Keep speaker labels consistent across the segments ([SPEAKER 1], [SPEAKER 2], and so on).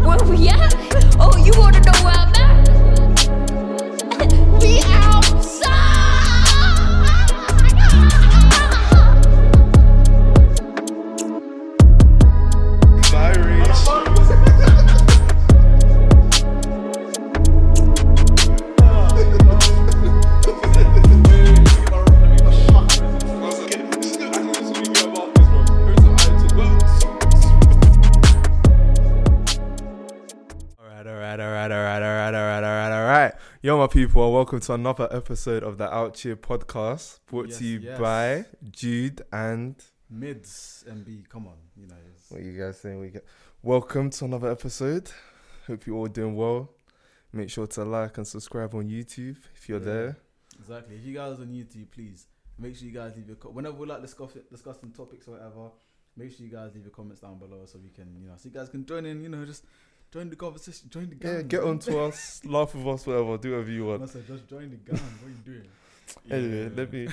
[SPEAKER 1] Oh yeah. Oh, you wanna know where I'm at? We outside.
[SPEAKER 2] Diaries. Alright, alright, alright, alright, alright, alright, alright, alright. Yo, my people, and welcome to another episode of the Out Cheer podcast brought
[SPEAKER 3] Yes,
[SPEAKER 2] to you
[SPEAKER 3] yes.
[SPEAKER 2] by Jude and.
[SPEAKER 3] Mids MB, come on, you know. It's,
[SPEAKER 2] What you guys think? We get? Welcome to another episode. Hope you're all doing well. Make sure to like and subscribe on YouTube if you're
[SPEAKER 3] Yeah.
[SPEAKER 2] there.
[SPEAKER 3] exactly. If you guys on YouTube, please make sure you guys leave your co- whenever we like discuss discussing topics or whatever. Make sure you guys leave your comments down below so we can, you know, so you guys can join in. You know, just join the conversation, join the gang.
[SPEAKER 2] Yeah, get on to us, laugh with us, whatever, do whatever you
[SPEAKER 3] I
[SPEAKER 2] want.
[SPEAKER 3] said, just join the gang. What are you doing?
[SPEAKER 2] Anyway, let me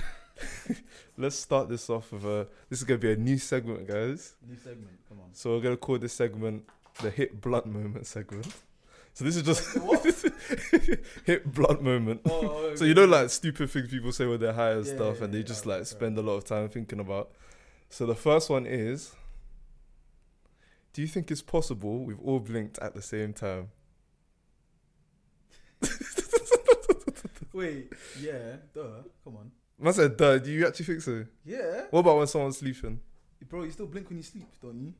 [SPEAKER 2] let's start this off with a. This is gonna be a new segment, guys.
[SPEAKER 3] new segment. Come on.
[SPEAKER 2] So we're gonna call this segment the hit blunt moment segment. So this is just
[SPEAKER 3] What?
[SPEAKER 2] hit blunt moment.
[SPEAKER 3] Oh,
[SPEAKER 2] So you know, like stupid things people say when they're high and
[SPEAKER 3] Yeah,
[SPEAKER 2] stuff,
[SPEAKER 3] yeah,
[SPEAKER 2] and they
[SPEAKER 3] yeah,
[SPEAKER 2] just
[SPEAKER 3] alright,
[SPEAKER 2] like
[SPEAKER 3] alright.
[SPEAKER 2] spend a lot of time thinking about. So the first one is: Do you think it's possible we've all blinked at the same time?
[SPEAKER 3] wait, yeah, duh. Come on,
[SPEAKER 2] Man said, "Duh, do you actually think so?
[SPEAKER 3] yeah,
[SPEAKER 2] What about when someone's sleeping?
[SPEAKER 3] bro. You still blink when you sleep, don't you?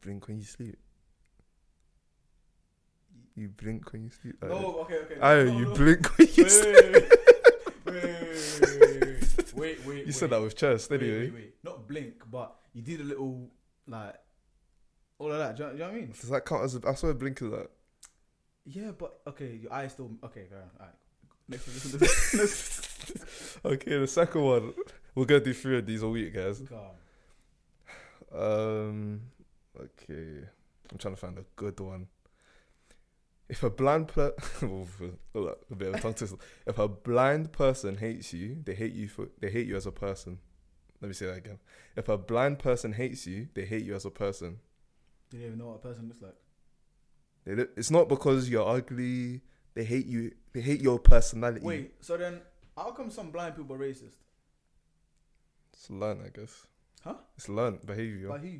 [SPEAKER 2] Blink when you sleep. You blink when you sleep. like
[SPEAKER 3] No, Oh, okay, okay.
[SPEAKER 2] that. Aye,
[SPEAKER 3] no,
[SPEAKER 2] you
[SPEAKER 3] no.
[SPEAKER 2] blink when you
[SPEAKER 3] wait,
[SPEAKER 2] sleep.
[SPEAKER 3] wait, wait, wait, wait, wait, wait, wait,
[SPEAKER 2] You said that with chest,
[SPEAKER 3] wait,
[SPEAKER 2] anyway.
[SPEAKER 3] wait, wait. Not blink, but you did a little like all of that. Do you, do you know what I mean?
[SPEAKER 2] Does that count as? A, I swear, blink is that.
[SPEAKER 3] Yeah, but okay, your eyes still okay. Fair enough. All right. Next one, listen to this.
[SPEAKER 2] Okay, the second one. We're gonna do three of these a week, guys.
[SPEAKER 3] God.
[SPEAKER 2] Um. Okay, I'm trying to find a good one. If a blind per- a bit of a tongue twister. If a blind person hates you, they hate you for they hate you as a person. Let me say that again. If a blind person hates you, they hate you as a person.
[SPEAKER 3] Do you even know what a person looks like?
[SPEAKER 2] They, li- it's not because you're ugly. They hate you. They hate your personality.
[SPEAKER 3] Wait, so then how come some blind people are racist?
[SPEAKER 2] It's learned, I guess.
[SPEAKER 3] Huh?
[SPEAKER 2] It's learned behavior.
[SPEAKER 3] By who?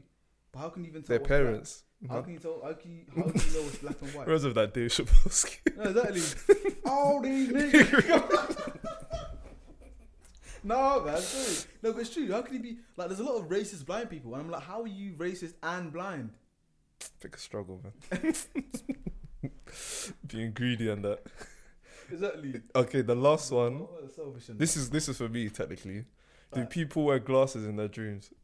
[SPEAKER 3] But how can you even tell?
[SPEAKER 2] Their
[SPEAKER 3] what's black?
[SPEAKER 2] parents.
[SPEAKER 3] How can you tell? How can you, how can you know what's black and white?
[SPEAKER 2] Whereas of that Dave Chappelle
[SPEAKER 3] No, exactly. All these niggas. no, man, sorry. No, but it's true. How can it be like? There's a lot of racist blind people, and I'm like, how are you racist and blind?
[SPEAKER 2] Pick a struggle, man. Being greedy and that.
[SPEAKER 3] Exactly.
[SPEAKER 2] Okay, the last one.
[SPEAKER 3] What a selfish and-
[SPEAKER 2] This is this is for me technically. Do
[SPEAKER 3] Right.
[SPEAKER 2] people wear glasses in their dreams?
[SPEAKER 3] Do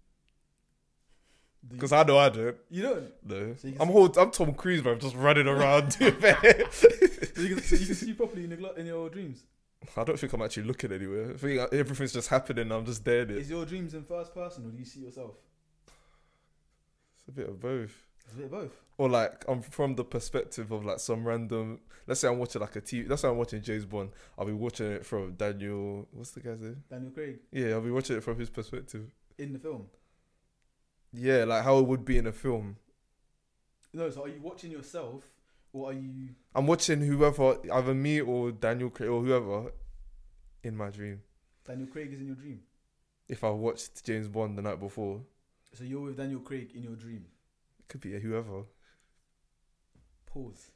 [SPEAKER 3] you-
[SPEAKER 2] Because I know I don't.
[SPEAKER 3] you don't.
[SPEAKER 2] No,
[SPEAKER 3] So you can
[SPEAKER 2] I'm
[SPEAKER 3] see-
[SPEAKER 2] whole, I'm Tom Cruise, but I'm just running around. doing that.
[SPEAKER 3] So you, can, so you can see properly in, the gla- in your dreams.
[SPEAKER 2] I don't think I'm actually looking anywhere. I think everything's just happening. I'm just there. in it. It's
[SPEAKER 3] Is your dreams in first person, or do you see yourself?
[SPEAKER 2] a bit of both.
[SPEAKER 3] It's a bit of both.
[SPEAKER 2] Or like I'm from the perspective of like some random. Let's say I'm watching like a TV. That's why I'm watching James Bond. I'll be watching it from Daniel. What's the guy's name?
[SPEAKER 3] Daniel Craig
[SPEAKER 2] Yeah, I'll be watching it from his perspective.
[SPEAKER 3] in the film.
[SPEAKER 2] Yeah, like how it would be in a film.
[SPEAKER 3] No, so are you watching yourself, or are you?
[SPEAKER 2] I'm watching whoever, either me or Daniel Craig or whoever, in my dream.
[SPEAKER 3] Daniel Craig is in your dream,
[SPEAKER 2] If I watched James Bond the night before,
[SPEAKER 3] so you're with Daniel Craig in your dream.
[SPEAKER 2] it could be whoever.
[SPEAKER 3] Pause.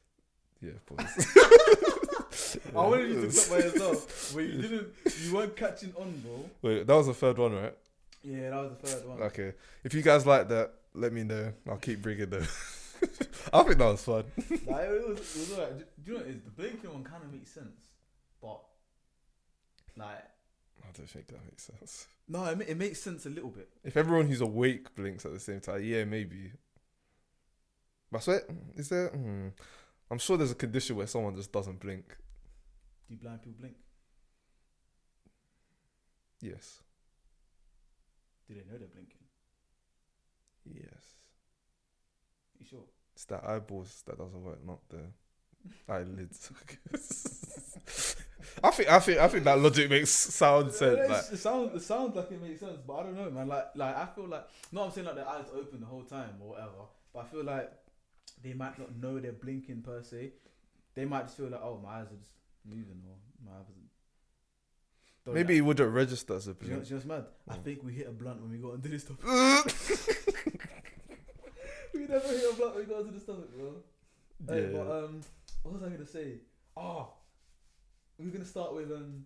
[SPEAKER 2] Yeah, pause.
[SPEAKER 3] I wanted you to clap by yourself, but you didn't. You weren't catching on, bro.
[SPEAKER 2] Wait, that was the third one, right?
[SPEAKER 3] Yeah, that was the third one.
[SPEAKER 2] Okay. If you guys like that, let me know. I'll keep bringing them. I think that was fun.
[SPEAKER 3] Like, it was, it was alright. Do do you know what it is? The blinking one kind of makes sense, but like,
[SPEAKER 2] I don't think that makes sense.
[SPEAKER 3] no, it, ma- it makes sense a little bit.
[SPEAKER 2] If everyone who's awake blinks at the same time, yeah, maybe. But I swear, is there? Hmm, I'm sure there's a condition where someone just doesn't blink.
[SPEAKER 3] Do blind people blink?
[SPEAKER 2] Yes.
[SPEAKER 3] Do they know they're blinking?
[SPEAKER 2] Yes.
[SPEAKER 3] You sure?
[SPEAKER 2] It's the eyeballs that doesn't work, not the eyelids. I think I think I think that logic makes sound sense. Like,
[SPEAKER 3] It's- it sounds it sounds like it makes sense, but I don't know, man. Like like I feel like no, I'm saying like their eyes open the whole time or whatever, but I feel like they might not know they're blinking per se. They might just feel like, oh, my eyes are just moving or my eyes. Don't
[SPEAKER 2] Maybe it wouldn't register as a
[SPEAKER 3] Do you know,
[SPEAKER 2] blink.
[SPEAKER 3] do you know what's mad? I think we hit a blunt when we got into this topic. we never hit a blunt when we got into this topic, bro. Hey,
[SPEAKER 2] Yeah.
[SPEAKER 3] But um, what was I gonna say? Oh, we we're gonna start with um,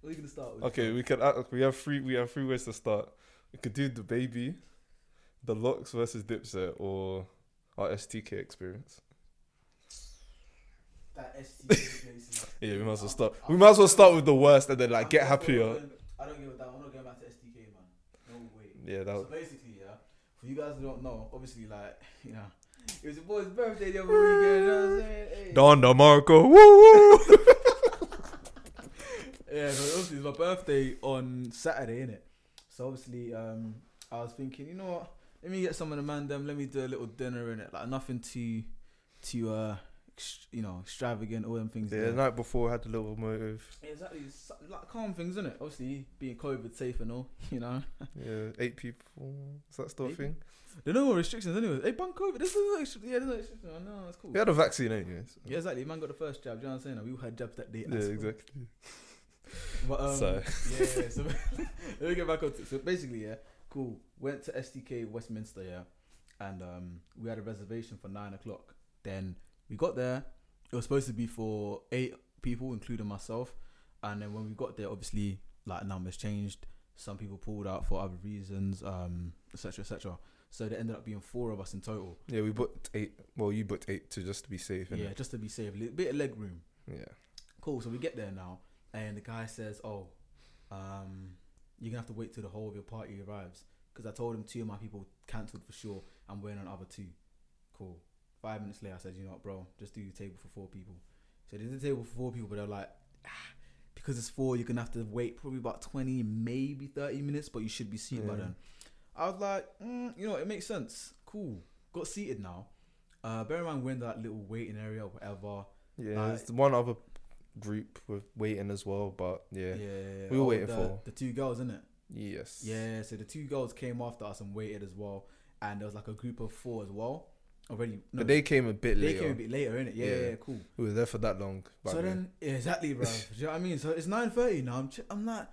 [SPEAKER 3] what are you gonna start with?
[SPEAKER 2] Okay, we can. uh, We have three. We have three ways to start. We could do the baby, the locks versus Dipset, or our STK experience.
[SPEAKER 3] That STK.
[SPEAKER 2] Yeah, we might as well start. We might as well start with the worst, and then like get
[SPEAKER 3] I'm not going-
[SPEAKER 2] happier.
[SPEAKER 3] I don't give a damn. I'm not going back to SDK, man. No way.
[SPEAKER 2] Yeah, that.
[SPEAKER 3] So basically, yeah, for you guys who don't know, obviously, like, you know, it was your boy's birthday the other weekend. You know what I'm saying? Hey.
[SPEAKER 2] Don DeMarco. Woo woo.
[SPEAKER 3] Yeah, so obviously it's my birthday on Saturday, innit? So obviously, um, I was thinking, you know what? Let me get some of the man them. Let me do a little dinner in it, like nothing too, too uh, ext- you know, extravagant. All them things.
[SPEAKER 2] Yeah,
[SPEAKER 3] there.
[SPEAKER 2] the night before I had a little motive.
[SPEAKER 3] Yeah, exactly. It's like calm things, isn't it? Obviously, being COVID safe and all, you know.
[SPEAKER 2] Yeah, eight people. Is that still a
[SPEAKER 3] Eight
[SPEAKER 2] thing?
[SPEAKER 3] There's no more restrictions anyway. Hey, ban COVID. This is no restriction. Yeah, there's no restriction. Oh, No, it's cool.
[SPEAKER 2] We had a vaccine, anyways.
[SPEAKER 3] Yeah, exactly. Man got the first jab. Do you know what I'm saying? Like, we all had jabs that day.
[SPEAKER 2] Yeah,
[SPEAKER 3] as well.
[SPEAKER 2] exactly.
[SPEAKER 3] But, um,
[SPEAKER 2] So-
[SPEAKER 3] yeah, yeah, so let me get back on to it. So basically, yeah, cool. Went to SDK Westminster, yeah, and um, we had a reservation for nine o'clock. Then we got there. It was supposed to be for eight people, including myself. And then when we got there, obviously, like numbers changed. Some people pulled out for other reasons, um, etc., etc. So there ended up being four of us in total.
[SPEAKER 2] Yeah, we booked eight. Well, you booked eight to just be safe.
[SPEAKER 3] Yeah,
[SPEAKER 2] innit?
[SPEAKER 3] just to be safe, a bit of leg room.
[SPEAKER 2] Yeah.
[SPEAKER 3] cool. So we get there now, and the guy says, "Oh, um, you're gonna have to wait till the whole of your party arrives." Because I told him two of my people cancelled for sure. I'm waiting on other two. Cool. Five minutes later, I said, "You know what, bro? Just do the table for four people." So they did the table for four people, but they're like, ah, "Because it's four, you're gonna have to wait probably about twenty, maybe thirty minutes, but you should be seated by
[SPEAKER 2] Yeah.
[SPEAKER 3] then." I was like, mm, "You know, it makes sense. Cool." Got seated now. Uh, bear in mind we're in that little waiting area, or whatever.
[SPEAKER 2] Yeah,
[SPEAKER 3] Like-
[SPEAKER 2] there's one other group with waiting as well, but yeah.
[SPEAKER 3] yeah.
[SPEAKER 2] We were
[SPEAKER 3] Oh,
[SPEAKER 2] waiting
[SPEAKER 3] the,
[SPEAKER 2] for-
[SPEAKER 3] the two girls, innit?
[SPEAKER 2] Yes.
[SPEAKER 3] Yeah, so the two girls came after us and waited as well, and there was like a group of four as well already. No,
[SPEAKER 2] But they came a bit
[SPEAKER 3] they
[SPEAKER 2] later.
[SPEAKER 3] came a bit later, innit? Yeah, yeah,
[SPEAKER 2] Yeah.
[SPEAKER 3] yeah, cool.
[SPEAKER 2] We were there for that long. by
[SPEAKER 3] so
[SPEAKER 2] the way.
[SPEAKER 3] then, yeah, exactly, bro. Do you know what I mean? So it's nine thirty now. I'm, ch- I'm like,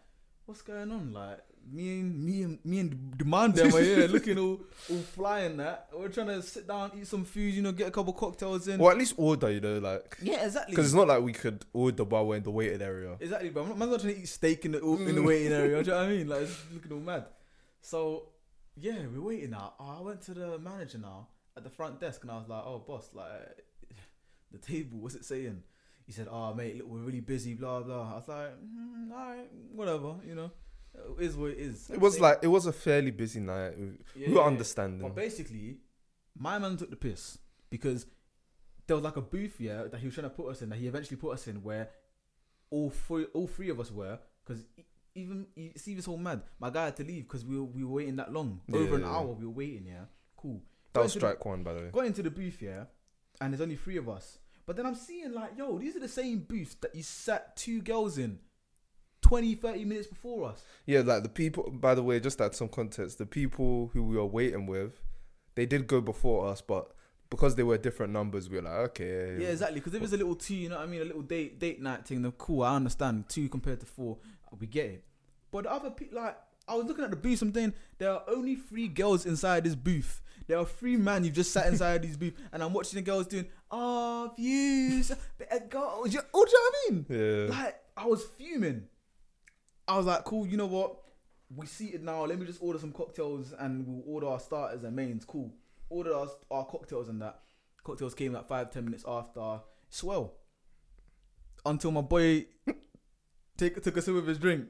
[SPEAKER 3] what's going on? Like me and me and me and the man them are here looking all all flying that. We're trying to sit down, eat some food, you know, get a couple cocktails in.
[SPEAKER 2] Well, at least order, you know, like.
[SPEAKER 3] Yeah, exactly.
[SPEAKER 2] Because it's not like we could order while we're in the waiting area.
[SPEAKER 3] Exactly, but I'm not, man's not trying to eat steak in the in
[SPEAKER 2] Mm.
[SPEAKER 3] the waiting area. do you know what I mean? Like, it's looking all mad. So, yeah, we're waiting now. I went to the manager now at the front desk, and I was like, "Oh, boss, like the table, what's it saying?" He said, "Oh, mate, look, we're really busy, blah blah." I was like, mm, "All right, whatever, you know, it is what it is."
[SPEAKER 2] It was
[SPEAKER 3] They-
[SPEAKER 2] like, it was a fairly busy night. We,
[SPEAKER 3] Yeah,
[SPEAKER 2] we were
[SPEAKER 3] yeah.
[SPEAKER 2] understanding.
[SPEAKER 3] But basically, my man took the piss because there was like a booth yeah that he was trying to put us in that he eventually put us in where all three all three of us were because even you see this whole mad my guy had to leave because we were, we were waiting that long over an
[SPEAKER 2] Yeah.
[SPEAKER 3] hour we were waiting yeah cool
[SPEAKER 2] that
[SPEAKER 3] Got
[SPEAKER 2] was
[SPEAKER 3] into the-
[SPEAKER 2] strike one, by the way.
[SPEAKER 3] got into the booth yeah and there's only three of us but then I'm seeing like yo these are the same booths that you sat two girls in 20 30 minutes before us
[SPEAKER 2] Yeah, like the people, by the way, just to add some context, the people who we were waiting with, they did go before us, but because they were different numbers, we were like, okay.
[SPEAKER 3] Yeah, exactly. Because if it's a little two, you know what I mean, a little date date night thing, then cool. I understand two compared to four, we get it. But the other people, like, I was looking at the booth. Something there are only three girls inside this booth. There are three men. You've just sat inside this booth, and I'm watching the girls doing ah views, better girls. You, oh, do you know what I mean?
[SPEAKER 2] Yeah.
[SPEAKER 3] Like, I was fuming. I was like, cool. You know what? We seated now. Let me just order some cocktails, and we'll order our starters and mains. Cool. Order our, our cocktails and that. Cocktails came like five ten minutes after. Swell. Until my boy take, took a sip of his drink.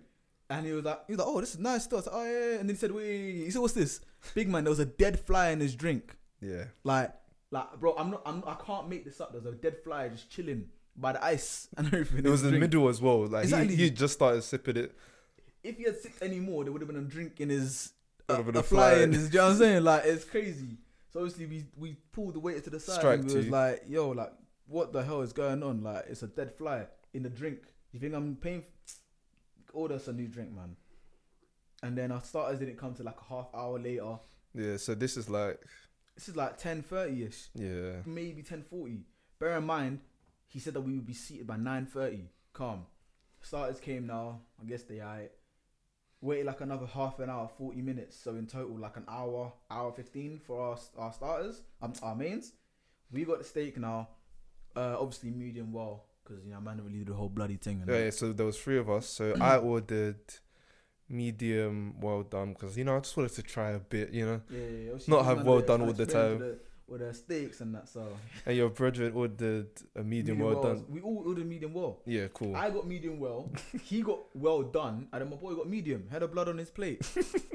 [SPEAKER 3] And he was like, he was like, oh, this is nice stuff. I was like, oh, yeah. yeah." And then he said, wait, wait, wait." he said, what's this? Big man, there was a dead fly in his drink.
[SPEAKER 2] yeah.
[SPEAKER 3] Like, like, bro, I'm not, I'm, I can't make this up. There's a dead fly just chilling by the ice and everything.
[SPEAKER 2] It was in the
[SPEAKER 3] middle.
[SPEAKER 2] middle as well. Like,
[SPEAKER 3] Exactly.
[SPEAKER 2] he, he just started sipping it.
[SPEAKER 3] if he had sipped any more, there would have been a drink in his
[SPEAKER 2] Would
[SPEAKER 3] a,
[SPEAKER 2] have been
[SPEAKER 3] a fly in his. Do you know what I'm saying? Like it's crazy. So obviously we we pulled the waiter to the side and
[SPEAKER 2] Strike
[SPEAKER 3] we was
[SPEAKER 2] two.
[SPEAKER 3] like, yo, like what the hell is going on? Like it's a dead fly in the drink. You think I'm paying? F- Order us a new drink, man. And then our starters didn't come to like a half hour later.
[SPEAKER 2] Yeah, so this is like
[SPEAKER 3] This is like ten thirty ish,
[SPEAKER 2] Yeah.
[SPEAKER 3] maybe ten forty. Bear in mind, he said that we would be seated by nine thirty. Calm. Starters came now. I guess they are. Waited like another half an hour, forty minutes. So in total, like an hour, hour fifteen for our our starters, um, our mains. We got the steak now. Uh, obviously medium well, because you know man didn't really do the whole bloody thing. And
[SPEAKER 2] Yeah,
[SPEAKER 3] that.
[SPEAKER 2] yeah, so there was three of us. So I ordered medium well done because you know I just wanted to try a bit, you know.
[SPEAKER 3] Yeah, yeah, yeah.
[SPEAKER 2] Not
[SPEAKER 3] you
[SPEAKER 2] have
[SPEAKER 3] man
[SPEAKER 2] well
[SPEAKER 3] had
[SPEAKER 2] done all
[SPEAKER 3] much
[SPEAKER 2] the
[SPEAKER 3] experience
[SPEAKER 2] time.
[SPEAKER 3] With the, with the steaks and that, so
[SPEAKER 2] And your brethren ordered a medium, well,
[SPEAKER 3] wells.
[SPEAKER 2] done.
[SPEAKER 3] We all ordered medium well.
[SPEAKER 2] Yeah, cool.
[SPEAKER 3] I got medium well. he got well done, and then my boy got medium. Had a blood on his plate,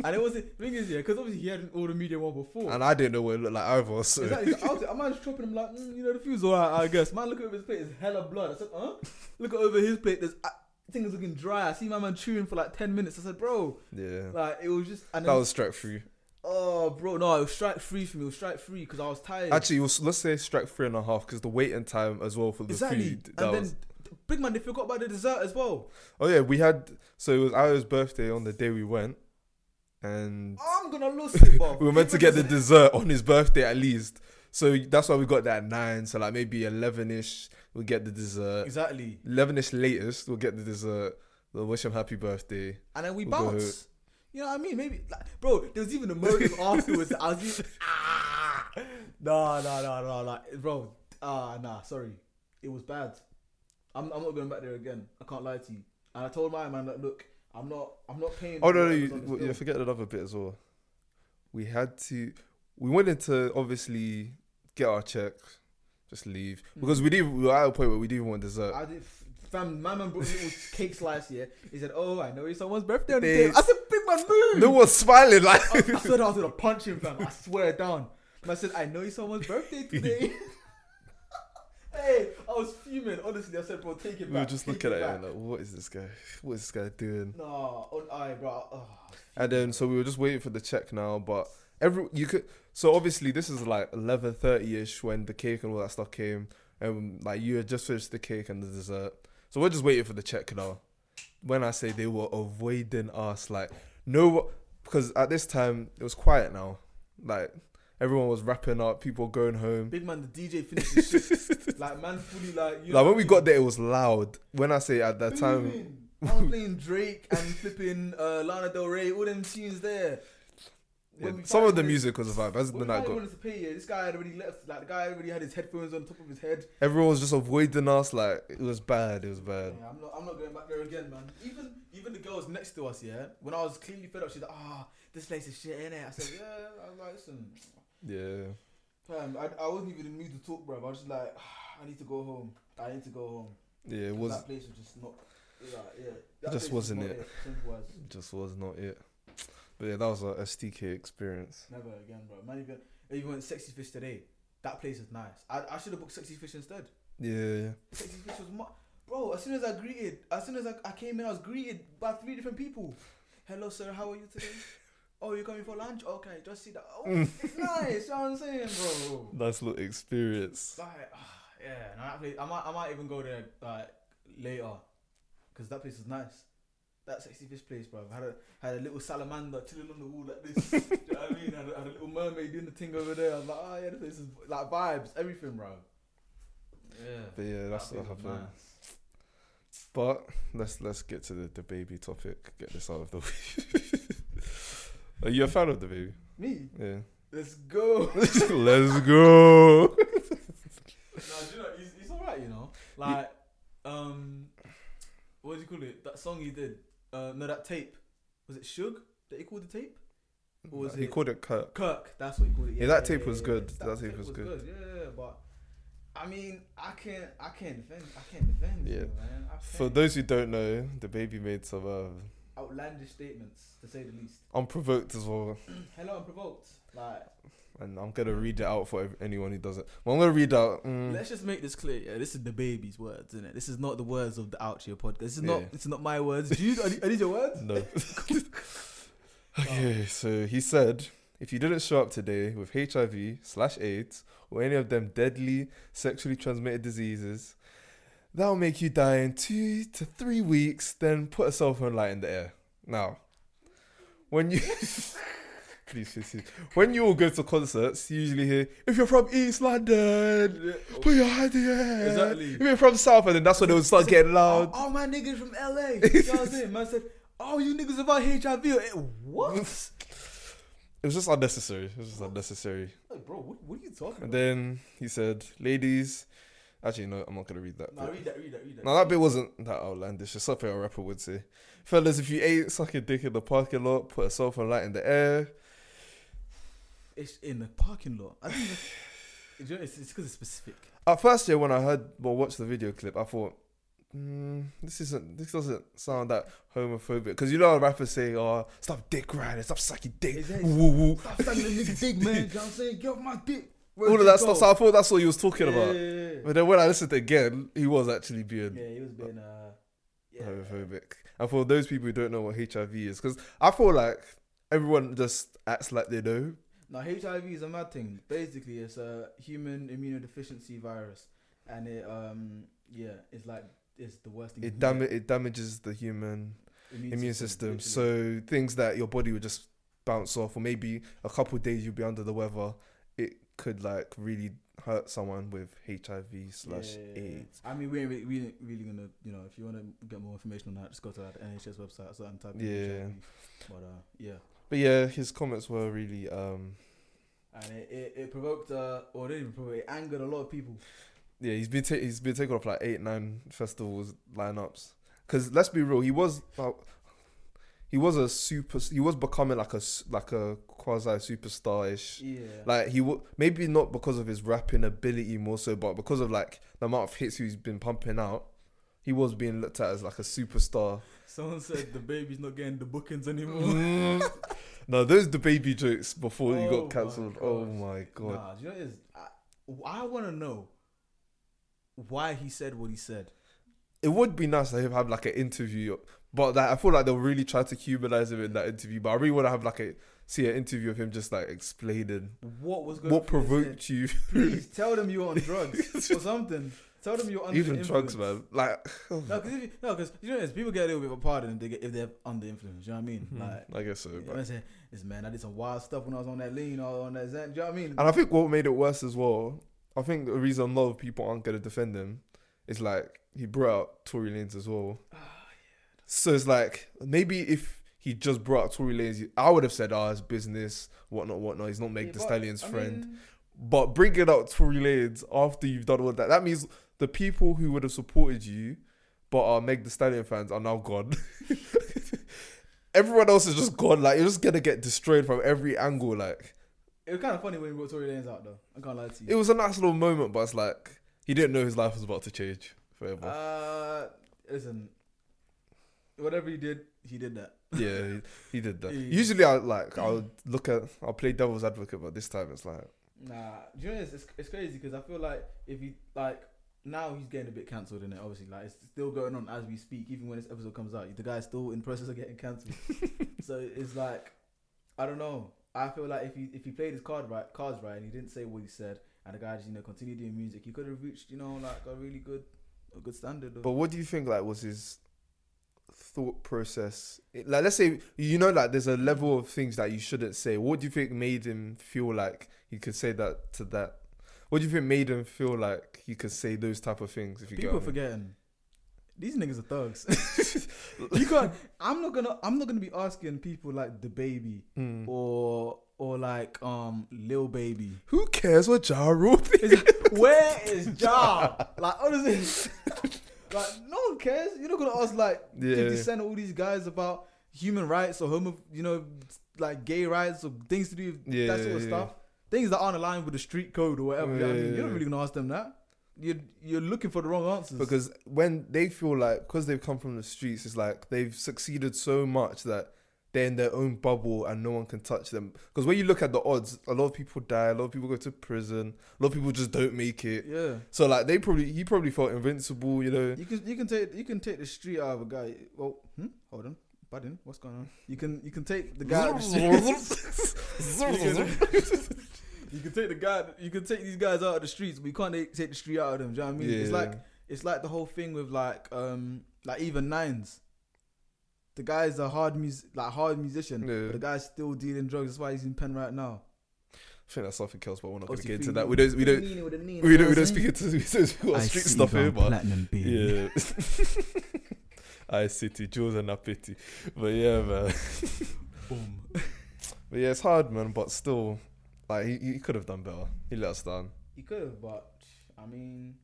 [SPEAKER 3] and it wasn't. Thing is, yeah, because obviously he hadn't ordered medium well before.
[SPEAKER 2] and I didn't know what it looked like either. So
[SPEAKER 3] Exactly. So I was, I'm just chopping him like, mm, you know, the food's alright, I guess. Man, look over his plate, it's hella blood. I said, huh? Look over his plate, there's uh, thing is looking dry. I see my man chewing for like ten minutes. I said, bro,
[SPEAKER 2] yeah,
[SPEAKER 3] like it was just. And
[SPEAKER 2] that
[SPEAKER 3] then,
[SPEAKER 2] was strike three.
[SPEAKER 3] oh, bro, no, it was strike three for me. It was strike three because I was tired.
[SPEAKER 2] Actually, it was, let's say strike three and a half because the waiting time as well for the
[SPEAKER 3] exactly.
[SPEAKER 2] food. That
[SPEAKER 3] and then,
[SPEAKER 2] was,
[SPEAKER 3] big man, they forgot about the dessert as well.
[SPEAKER 2] oh yeah, we had. So it was Aya's birthday on the day we went, and
[SPEAKER 3] I'm gonna lose it, bro.
[SPEAKER 2] we were meant to get the dessert on his birthday at least. So that's why we got that nine. So like maybe eleven ish, we get the dessert.
[SPEAKER 3] exactly.
[SPEAKER 2] Eleven ish latest, we'll get the dessert. We'll wish him happy birthday.
[SPEAKER 3] and then we
[SPEAKER 2] We'll go-
[SPEAKER 3] bounce. You know what I mean? Maybe, like, bro. There was even a motive afterwards. that I was even, ah, nah, nah, nah, nah, like, bro, ah, nah. Sorry, it was bad. I'm, I'm not going back there again. I can't lie to you. And I told my man, like, look, I'm not, I'm not paying.
[SPEAKER 2] Oh
[SPEAKER 3] for
[SPEAKER 2] no, no,
[SPEAKER 3] what
[SPEAKER 2] you,
[SPEAKER 3] was on this
[SPEAKER 2] w- you
[SPEAKER 3] bill.
[SPEAKER 2] forget another bit as well. We had to, we wanted to obviously get our check, just leave because we didn't. We were at a point where we didn't even want dessert.
[SPEAKER 3] I did, fam, my man brought me a little cake slice here. He said, "Oh, I know it's someone's birthday on the
[SPEAKER 2] They-
[SPEAKER 3] day." I said, "Big man, move!"
[SPEAKER 2] no one's smiling like.
[SPEAKER 3] I, I said I was gonna punch him, fam. I swear down. And I said, I know it's someone's birthday today. hey, I was fuming. Honestly, I said, bro, take it back.
[SPEAKER 2] we were just
[SPEAKER 3] take
[SPEAKER 2] looking at
[SPEAKER 3] it
[SPEAKER 2] it
[SPEAKER 3] back.
[SPEAKER 2] and like, what is this guy? What is this guy doing?
[SPEAKER 3] No, on I, bro. Oh,
[SPEAKER 2] And then so we were just waiting for the check now, but every you could. So obviously this is like eleven thirty ish when the cake and all that stuff came, and like you had just finished the cake and the dessert. So we're just waiting for the check now. When I say they were avoiding us, like no, because at this time it was quiet now. Like everyone was wrapping up, people going home.
[SPEAKER 3] big man, the DJ finished the shit. like man, fully like you.
[SPEAKER 2] Like
[SPEAKER 3] know
[SPEAKER 2] when we got there, it was loud. When I say at that
[SPEAKER 3] what I mean?
[SPEAKER 2] time,
[SPEAKER 3] I was playing Drake and flipping uh, Lana Del Rey, all them tunes there.
[SPEAKER 2] yeah,
[SPEAKER 3] When we
[SPEAKER 2] some of
[SPEAKER 3] finally
[SPEAKER 2] the
[SPEAKER 3] wanted-
[SPEAKER 2] music was a vibe. As the
[SPEAKER 3] When we
[SPEAKER 2] night
[SPEAKER 3] finally
[SPEAKER 2] got,
[SPEAKER 3] wanted to pay, yeah, this guy had already left. Like the guy already had his headphones on top of his head.
[SPEAKER 2] everyone was just avoiding us. Like it was bad. It was bad.
[SPEAKER 3] Yeah, I'm not, I'm not going back there again, man. Even even the girls next to us, yeah. When I was clearly fed up, she's like, "Ah, this place is shit, innit?" I said, "Yeah." I was like, "Listen,
[SPEAKER 2] Yeah.
[SPEAKER 3] fam, I, I wasn't even in the mood to talk, bro. I was just like, "Ah, I need to go home. I need to go home."
[SPEAKER 2] Yeah, it
[SPEAKER 3] 'Cause
[SPEAKER 2] was
[SPEAKER 3] that place was just not. Yeah, yeah. That
[SPEAKER 2] It just
[SPEAKER 3] place was
[SPEAKER 2] wasn't
[SPEAKER 3] not
[SPEAKER 2] it.
[SPEAKER 3] Simple as.
[SPEAKER 2] just was not it. But yeah, that was a STK experience.
[SPEAKER 3] Never again, bro. Man, even even went sexy fish today. That place is nice. I, I should have booked sexy fish instead.
[SPEAKER 2] Yeah,
[SPEAKER 3] Sexy fish was mu- bro. As soon as I greeted, as soon as I, I came in, I was greeted by three different people. Hello, sir. How are you today? Oh, you coming for lunch? Okay, just see that. Oh, it's nice. You know what I'm saying, bro.
[SPEAKER 2] nice little experience.
[SPEAKER 3] Like, ah, yeah. No, that place, I might, I might even go there like later, cause that place is nice. That sexy fish place, bro. Had a had a little salamander chilling on the wall like this. Do you know what I mean? Had a, had a little mermaid doing the thing over there. I was like, oh yeah, this place is like vibes, everything, bro. Yeah.
[SPEAKER 2] But yeah, that's
[SPEAKER 3] That
[SPEAKER 2] what
[SPEAKER 3] place was
[SPEAKER 2] happened.
[SPEAKER 3] nice.
[SPEAKER 2] But let's let's get to the, the baby topic. Get this out of the way. Are you a fan of the baby?
[SPEAKER 3] Me?
[SPEAKER 2] Yeah.
[SPEAKER 3] Let's go. no,
[SPEAKER 2] let's go.
[SPEAKER 3] do you know, he's, he's alright, you know. Like, um, what do you call it? That song he did. Uh, no, that tape. Was it Suge that he called the tape? Or was
[SPEAKER 2] he
[SPEAKER 3] it-
[SPEAKER 2] called it Kirk.
[SPEAKER 3] Kirk, that's what he called it.
[SPEAKER 2] Yeah, that tape was good.
[SPEAKER 3] That, tape, was, good. Yeah, yeah, but I mean, I can't, I can't defend, I can't defend.
[SPEAKER 2] Yeah.
[SPEAKER 3] you, man. I
[SPEAKER 2] For
[SPEAKER 3] can't.
[SPEAKER 2] those who don't know, the baby made some uh,
[SPEAKER 3] outlandish statements, to say the least.
[SPEAKER 2] unprovoked as well,
[SPEAKER 3] Hello, unprovoked. Like,
[SPEAKER 2] and I'm gonna read it out for ev- anyone who doesn't. Well, I'm gonna read out. mm,
[SPEAKER 3] Let's just make this clear. Yeah, this is the baby's words, isn't it? This is not the words of the Out Here podcast. This is
[SPEAKER 2] Yeah.
[SPEAKER 3] not. This is not my words. Jude, are, these- are these your words?
[SPEAKER 2] No. okay, so he said, if you didn't show up today with HIV slash AIDS or any of them deadly sexually transmitted diseases, that'll make you die in two to three weeks. Then put a cell phone light in the air. Now, when you Please, please, please. When you all go to concerts, you usually hear, if you're from East London, put your hand in your head.
[SPEAKER 3] Exactly.
[SPEAKER 2] If you're from South, and then that's when they will start getting
[SPEAKER 3] Oh,
[SPEAKER 2] loud.
[SPEAKER 3] oh, my niggas from LA. You know what I'm saying? Man said, oh, you niggas about HIV. Eh, What?
[SPEAKER 2] It was just unnecessary. It was just unnecessary.
[SPEAKER 3] Like, bro, what, what are you talking
[SPEAKER 2] And
[SPEAKER 3] about?
[SPEAKER 2] then he said, ladies, actually, no, I'm not going to read that.
[SPEAKER 3] Nah,
[SPEAKER 2] bit.
[SPEAKER 3] read that, read that, read that.
[SPEAKER 2] Now that bit wasn't that outlandish. It's something a rapper would say. Fellas, if you ain't sucking dick in the parking lot, put a cell phone light in the air.
[SPEAKER 3] It's in the parking lot. I think that's- Do you know, it's because it's specific.
[SPEAKER 2] At first, yeah, when I heard well, watched the video clip, I thought, mm, this isn't, this doesn't sound that homophobic. Because you know how rappers say, oh, stop dick riding, stop sucking dick,
[SPEAKER 3] Exactly.
[SPEAKER 2] woo woo,
[SPEAKER 3] Stop standing on niggas' dick, man. You know what I'm saying? Get off my dick. Where'd
[SPEAKER 2] all of
[SPEAKER 3] you
[SPEAKER 2] that
[SPEAKER 3] go?
[SPEAKER 2] stuff. So I thought that's what he was talking
[SPEAKER 3] Yeah,
[SPEAKER 2] about.
[SPEAKER 3] Yeah, yeah, yeah.
[SPEAKER 2] But then when I listened again, he was actually being
[SPEAKER 3] Yeah, he was being, uh, yeah.
[SPEAKER 2] homophobic. And for those people who don't know what HIV is, because I feel like everyone just acts like they know,
[SPEAKER 3] Now HIV is a mad thing. Basically, it's a human immunodeficiency virus, and it um yeah, it's like it's the worst thing.
[SPEAKER 2] it
[SPEAKER 3] you
[SPEAKER 2] dam-
[SPEAKER 3] can get.
[SPEAKER 2] it damages the human
[SPEAKER 3] immune,
[SPEAKER 2] immune system.
[SPEAKER 3] literally.
[SPEAKER 2] So things that your body would just bounce off, or maybe a couple of days you'll be under the weather. It could like really hurt someone with HIV slash
[SPEAKER 3] Yeah, yeah, yeah.
[SPEAKER 2] AIDS.
[SPEAKER 3] I mean, we ain't really, we ain't really gonna you know if you want to get more information on that, just go to like, the NHS website or something type. in
[SPEAKER 2] Yeah.
[SPEAKER 3] HIV. But uh, yeah,
[SPEAKER 2] But yeah, his comments were really um
[SPEAKER 3] and it, it, it provoked uh or it didn't even provoke it angered a lot of people.
[SPEAKER 2] yeah he's been ta- he's been taken off like eight nine festivals lineups. Cause let's be real, he was uh, he was a super he was becoming like a s- like a quasi superstar ish.
[SPEAKER 3] Yeah.
[SPEAKER 2] Like he would maybe not because of his rapping ability more so, but because of like the amount of hits he's been pumping out, he was being looked at as like a superstar.
[SPEAKER 3] Someone said the baby's not getting the bookings anymore.
[SPEAKER 2] Mm. no, those the baby jokes before he
[SPEAKER 3] Oh
[SPEAKER 2] got
[SPEAKER 3] my
[SPEAKER 2] cancelled. Oh
[SPEAKER 3] gosh.
[SPEAKER 2] my god!
[SPEAKER 3] Nah, do you know what it is? I, I want to know why he said what he said.
[SPEAKER 2] It would be nice to have, have like an interview, but like, I feel like they'll really try to humanize him in that interview. But I really want to have like a see an interview of him just like explaining
[SPEAKER 3] What was going
[SPEAKER 2] what
[SPEAKER 3] through his head.
[SPEAKER 2] provoked you.
[SPEAKER 3] Please tell them you're on drugs or something. Tell them you're under
[SPEAKER 2] Even
[SPEAKER 3] the
[SPEAKER 2] drugs,
[SPEAKER 3] influence.
[SPEAKER 2] man. Like,
[SPEAKER 3] No, because you, no, 'cause you know what it is? People get a little bit of a pardon if they get if they're under influence. You know what I mean?
[SPEAKER 2] Mm-hmm.
[SPEAKER 3] Like,
[SPEAKER 2] I guess so.
[SPEAKER 3] you know
[SPEAKER 2] but-
[SPEAKER 3] what I'm saying? This man, I did some wild stuff when I was on that lean or on that Xan. Do you know what I mean?
[SPEAKER 2] And I think what made it worse as well, I think the reason a lot of people aren't gonna defend him is like he brought out Tory Lanez as well.
[SPEAKER 3] Ah,
[SPEAKER 2] So it's like maybe if he just brought out Tory Lanez, I would have said, "Ah, it's business, whatnot, whatnot." He's not Meg
[SPEAKER 3] Yeah,
[SPEAKER 2] the
[SPEAKER 3] but,
[SPEAKER 2] Stallion's
[SPEAKER 3] I
[SPEAKER 2] friend.
[SPEAKER 3] mean,
[SPEAKER 2] But bringing out Tory Lanez after you've done all that, that means the people who would have supported you, but are Meg the Stallion fans, are now gone. Everyone else is just gone. Like you're just gonna get destroyed from every angle. Like.
[SPEAKER 3] it was kind of funny when he brought Tory Lanez out though. I can't lie to you.
[SPEAKER 2] It was a nice little moment, but it's like he didn't know his life was about to change forever.
[SPEAKER 3] uh, listen, whatever he did, he did that.
[SPEAKER 2] yeah, he, he did that.
[SPEAKER 3] Yeah.
[SPEAKER 2] Usually, I like I would look at I'll play devil's advocate, but this time it's like
[SPEAKER 3] Nah, do you know it's, it's, it's crazy because I feel like if he like now he's getting a bit cancelled in it. Obviously, like it's still going on as we speak. Even when this episode comes out, the guy's still in process of getting cancelled. so it's like I don't know. I feel like if he if he played his card right, cards right, and he didn't say what he said, and the guy just you know continued doing music, he could have reached you know like a really good a good standard. Of,
[SPEAKER 2] But what do you think like was his thought process? It- Like let's say you know like there's a level of things that you shouldn't say. What do you think made him feel like he could say that to that? What do you think made him feel like he could say those type of things? If you
[SPEAKER 3] People
[SPEAKER 2] get
[SPEAKER 3] are
[SPEAKER 2] what I mean?
[SPEAKER 3] forgetting. These niggas are thugs. you can't. I'm not gonna. I'm not gonna be asking people like the baby
[SPEAKER 2] Mm.
[SPEAKER 3] or or like um Lil Baby.
[SPEAKER 2] Who cares what Ja Rule thinks?
[SPEAKER 3] Where is Ja? Like honestly, like no one cares. You're not gonna ask like
[SPEAKER 2] Yeah.
[SPEAKER 3] 50 Cent or all these guys about human rights or homo, you know, like gay rights or things to do with
[SPEAKER 2] Yeah,
[SPEAKER 3] that sort of
[SPEAKER 2] yeah,
[SPEAKER 3] stuff. Things that aren't aligned with the street code or whatever. you know what I mean? You're
[SPEAKER 2] Yeah.
[SPEAKER 3] not really gonna ask them that. You're you're looking for the wrong answers.
[SPEAKER 2] because when they feel like because they've come from the streets it's like they've succeeded so much that they're in their own bubble and no one can touch them because when you look at the odds a lot of people die a lot of people go to prison a lot of people just don't make it
[SPEAKER 3] yeah.
[SPEAKER 2] so like they probably he probably felt invincible you know
[SPEAKER 3] You can you can take you can take the street out of a guy. Well, hmm? hold on, pardon, what's going on? You can you can take the guy. out of the street. you, can, you can take the guy. You can take these guys out of the streets, but you can't take take the street out of them. Do you know what I mean? It's
[SPEAKER 2] Yeah.
[SPEAKER 3] like it's like the whole thing with like um like even nines. the guy's a hard mus- like hard musician,
[SPEAKER 2] Yeah.
[SPEAKER 3] but the guy's still dealing drugs. That's why he's in pen right now.
[SPEAKER 2] I think that's something else, but we're not going to
[SPEAKER 3] Obviously,
[SPEAKER 2] get into
[SPEAKER 3] Free
[SPEAKER 2] that.
[SPEAKER 3] Lean-
[SPEAKER 2] We don't. We
[SPEAKER 3] Free
[SPEAKER 2] don't.
[SPEAKER 3] Lean with a lean,
[SPEAKER 2] We
[SPEAKER 3] you
[SPEAKER 2] don't. We
[SPEAKER 3] know what
[SPEAKER 2] don't
[SPEAKER 3] I'm
[SPEAKER 2] speak
[SPEAKER 3] saying?
[SPEAKER 2] into we don't speak about
[SPEAKER 3] I
[SPEAKER 2] street
[SPEAKER 3] see
[SPEAKER 2] stuff
[SPEAKER 3] you
[SPEAKER 2] here,
[SPEAKER 3] on
[SPEAKER 2] but
[SPEAKER 3] platinum beam.
[SPEAKER 2] yeah. I city Jules and Napiti, but yeah, man.
[SPEAKER 3] Boom.
[SPEAKER 2] But yeah, it's hard, man. But still, like he, he could have done better. He let us down.
[SPEAKER 3] He could have, but I mean,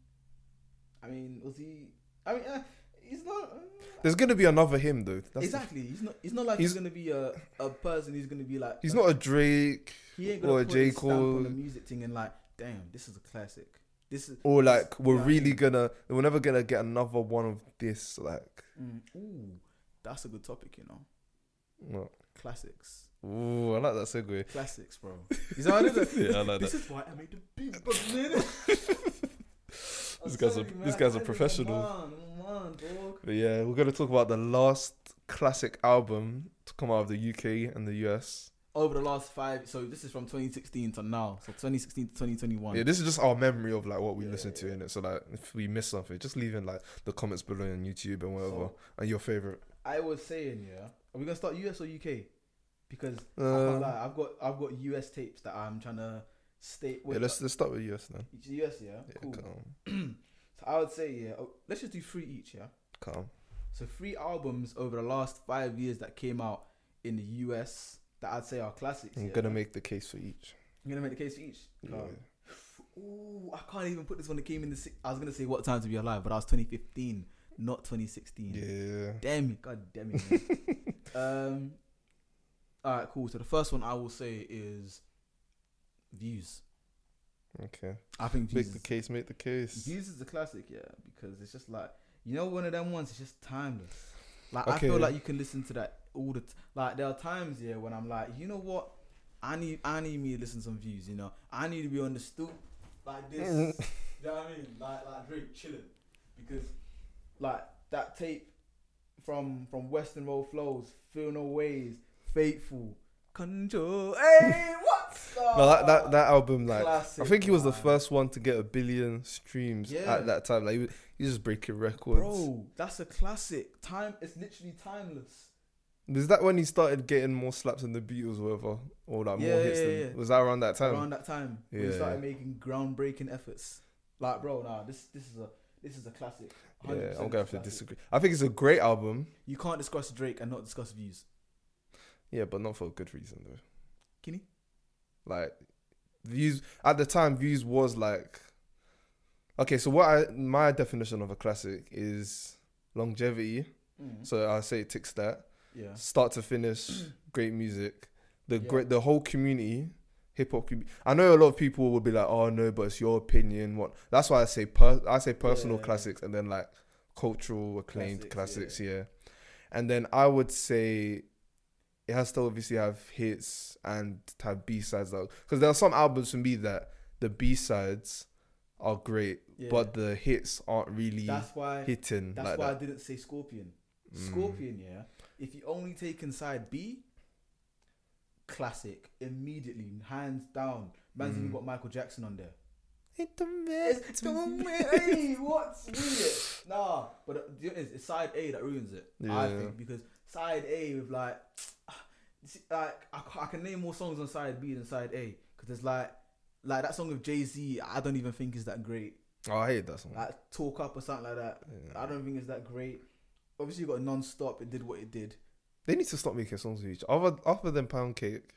[SPEAKER 3] I mean, was he? I mean, uh, he's not. uh,
[SPEAKER 2] There's gonna be another him though. That's the-
[SPEAKER 3] exactly. He's not. He's not like he's,
[SPEAKER 2] He's-
[SPEAKER 3] gonna be a, a person. who's gonna be like.
[SPEAKER 2] he's not a Drake
[SPEAKER 3] He ain't gonna
[SPEAKER 2] or a
[SPEAKER 3] put J.
[SPEAKER 2] J
[SPEAKER 3] his stamp on
[SPEAKER 2] Cole
[SPEAKER 3] the music thing and like, damn, this is a classic. This is.
[SPEAKER 2] or like we're
[SPEAKER 3] Yeah, I
[SPEAKER 2] really
[SPEAKER 3] mean-
[SPEAKER 2] gonna we're never gonna get another one of this like.
[SPEAKER 3] Mm, ooh, that's a good topic. You know,
[SPEAKER 2] No.
[SPEAKER 3] classics,
[SPEAKER 2] Ooh, I like that segue.
[SPEAKER 3] classics, bro. Is that what it is?
[SPEAKER 2] Yeah, I like
[SPEAKER 3] This
[SPEAKER 2] that.
[SPEAKER 3] is why I made the beat. But man, I'm
[SPEAKER 2] This guy's a-
[SPEAKER 3] sorry,
[SPEAKER 2] this
[SPEAKER 3] man,
[SPEAKER 2] guy's a
[SPEAKER 3] Isaac,
[SPEAKER 2] professional.
[SPEAKER 3] Come on, come on, dog.
[SPEAKER 2] But yeah, we're gonna talk about the last classic album to come out of the UK and the US.
[SPEAKER 3] over the last five. So this is from 2016 to now. So 2016 to 2021.
[SPEAKER 2] Yeah, this is just our memory of like what we
[SPEAKER 3] Yeah,
[SPEAKER 2] listened to
[SPEAKER 3] yeah.
[SPEAKER 2] in it. So like, if we miss something, just leave in like the comments below on YouTube and whatever,
[SPEAKER 3] So-
[SPEAKER 2] and your favorite.
[SPEAKER 3] I was saying, yeah, are we gonna start US or UK? Because I
[SPEAKER 2] Uh,
[SPEAKER 3] can't lie, I've got I've got US tapes that I'm trying to stay.
[SPEAKER 2] yeah, let's let's start with US then.
[SPEAKER 3] it's US, yeah,
[SPEAKER 2] Yeah,
[SPEAKER 3] cool.
[SPEAKER 2] calm,
[SPEAKER 3] So I would say, yeah, oh, let's just do three each, yeah.
[SPEAKER 2] calm.
[SPEAKER 3] So three albums over the last five years that came out in the US that I'd say are classics.
[SPEAKER 2] I'm
[SPEAKER 3] yeah?
[SPEAKER 2] gonna make the case for each.
[SPEAKER 3] I'm gonna make the case for each.
[SPEAKER 2] Yeah.
[SPEAKER 3] Calm. Ooh, I can't even put this one that came in the. si- I was gonna say what time to be alive, but I was 2015, not 2016.
[SPEAKER 2] Yeah.
[SPEAKER 3] Damn it, god damn it. man. um, all right, cool. So the first one I will say is views.
[SPEAKER 2] Okay.
[SPEAKER 3] I think views.
[SPEAKER 2] Make the
[SPEAKER 3] is-
[SPEAKER 2] case. Make the case.
[SPEAKER 3] Views is a classic, yeah, because it's just like you know one of them ones. It's just timeless. Like I
[SPEAKER 2] Okay.
[SPEAKER 3] feel like you can listen to that all the t- like. There are times yeah when I'm like, you know what, I need I need me to listen to some views. You know, I need to be on the stoop like this. you know what I mean? Like like Drake chilling because like that tape from from Western Road flows, feel no ways, faithful, control. Hey, what's up?
[SPEAKER 2] No, that, that that album like I
[SPEAKER 3] Classic,
[SPEAKER 2] think he was the
[SPEAKER 3] man.
[SPEAKER 2] first one to get a billion streams
[SPEAKER 3] Yeah.
[SPEAKER 2] at that time. Like he was, he was just breaking records.
[SPEAKER 3] Bro, that's a classic. Time it's literally timeless.
[SPEAKER 2] Is that when he started getting more slaps than the Beatles, or whatever, or like
[SPEAKER 3] Yeah,
[SPEAKER 2] more hits?
[SPEAKER 3] yeah,
[SPEAKER 2] than,
[SPEAKER 3] yeah.
[SPEAKER 2] Was that around that time?
[SPEAKER 3] around that time when
[SPEAKER 2] yeah.
[SPEAKER 3] we started making groundbreaking efforts. Like, bro, nah, this this is a this is a classic.
[SPEAKER 2] yeah,
[SPEAKER 3] 100%
[SPEAKER 2] I'm going to
[SPEAKER 3] classic.
[SPEAKER 2] disagree. I think it's a great album.
[SPEAKER 3] You can't discuss Drake and not discuss views.
[SPEAKER 2] Yeah, but not for a good reason though.
[SPEAKER 3] Kenny?
[SPEAKER 2] Like views at the time, views was like okay. So what I my definition of a classic is longevity.
[SPEAKER 3] Mm.
[SPEAKER 2] So I say it ticks that
[SPEAKER 3] yeah,
[SPEAKER 2] start to finish, great music. The
[SPEAKER 3] Yeah.
[SPEAKER 2] great the whole community, hip hop community. I know a lot of people would be like, oh no, but it's your opinion. What? That's why I say per- I say personal
[SPEAKER 3] Yeah.
[SPEAKER 2] classics and then like cultural acclaimed classics.
[SPEAKER 3] Classics,
[SPEAKER 2] yeah. and then I would say. It has to obviously have hits and to have B sides though, because there are some albums for me that the B sides are great,
[SPEAKER 3] yeah.
[SPEAKER 2] but the hits aren't really
[SPEAKER 3] that's why
[SPEAKER 2] hitting.
[SPEAKER 3] that's
[SPEAKER 2] like
[SPEAKER 3] why
[SPEAKER 2] that.
[SPEAKER 3] I didn't say Scorpion.
[SPEAKER 2] Mm.
[SPEAKER 3] Scorpion, yeah. If you only take inside B, classic immediately, hands down. Man's even
[SPEAKER 2] Mm.
[SPEAKER 3] got Michael Jackson on there.
[SPEAKER 2] Hit the
[SPEAKER 3] It's
[SPEAKER 2] mat.
[SPEAKER 3] hey, what's with it? Nah, but uh, the thing is, it's side A that ruins it. I
[SPEAKER 2] Yeah.
[SPEAKER 3] think because side A with like, see, like I, ca- I can name more songs on side B than side A because there's like, like that song of Jay Z. I don't even think is that great.
[SPEAKER 2] Oh, I hate that song.
[SPEAKER 3] Like Talk Up or something like that.
[SPEAKER 2] Yeah.
[SPEAKER 3] I don't think it's that great. Obviously, you got non-stop. It did what it did.
[SPEAKER 2] They need to stop making songs with each other. Other than Pound Cake,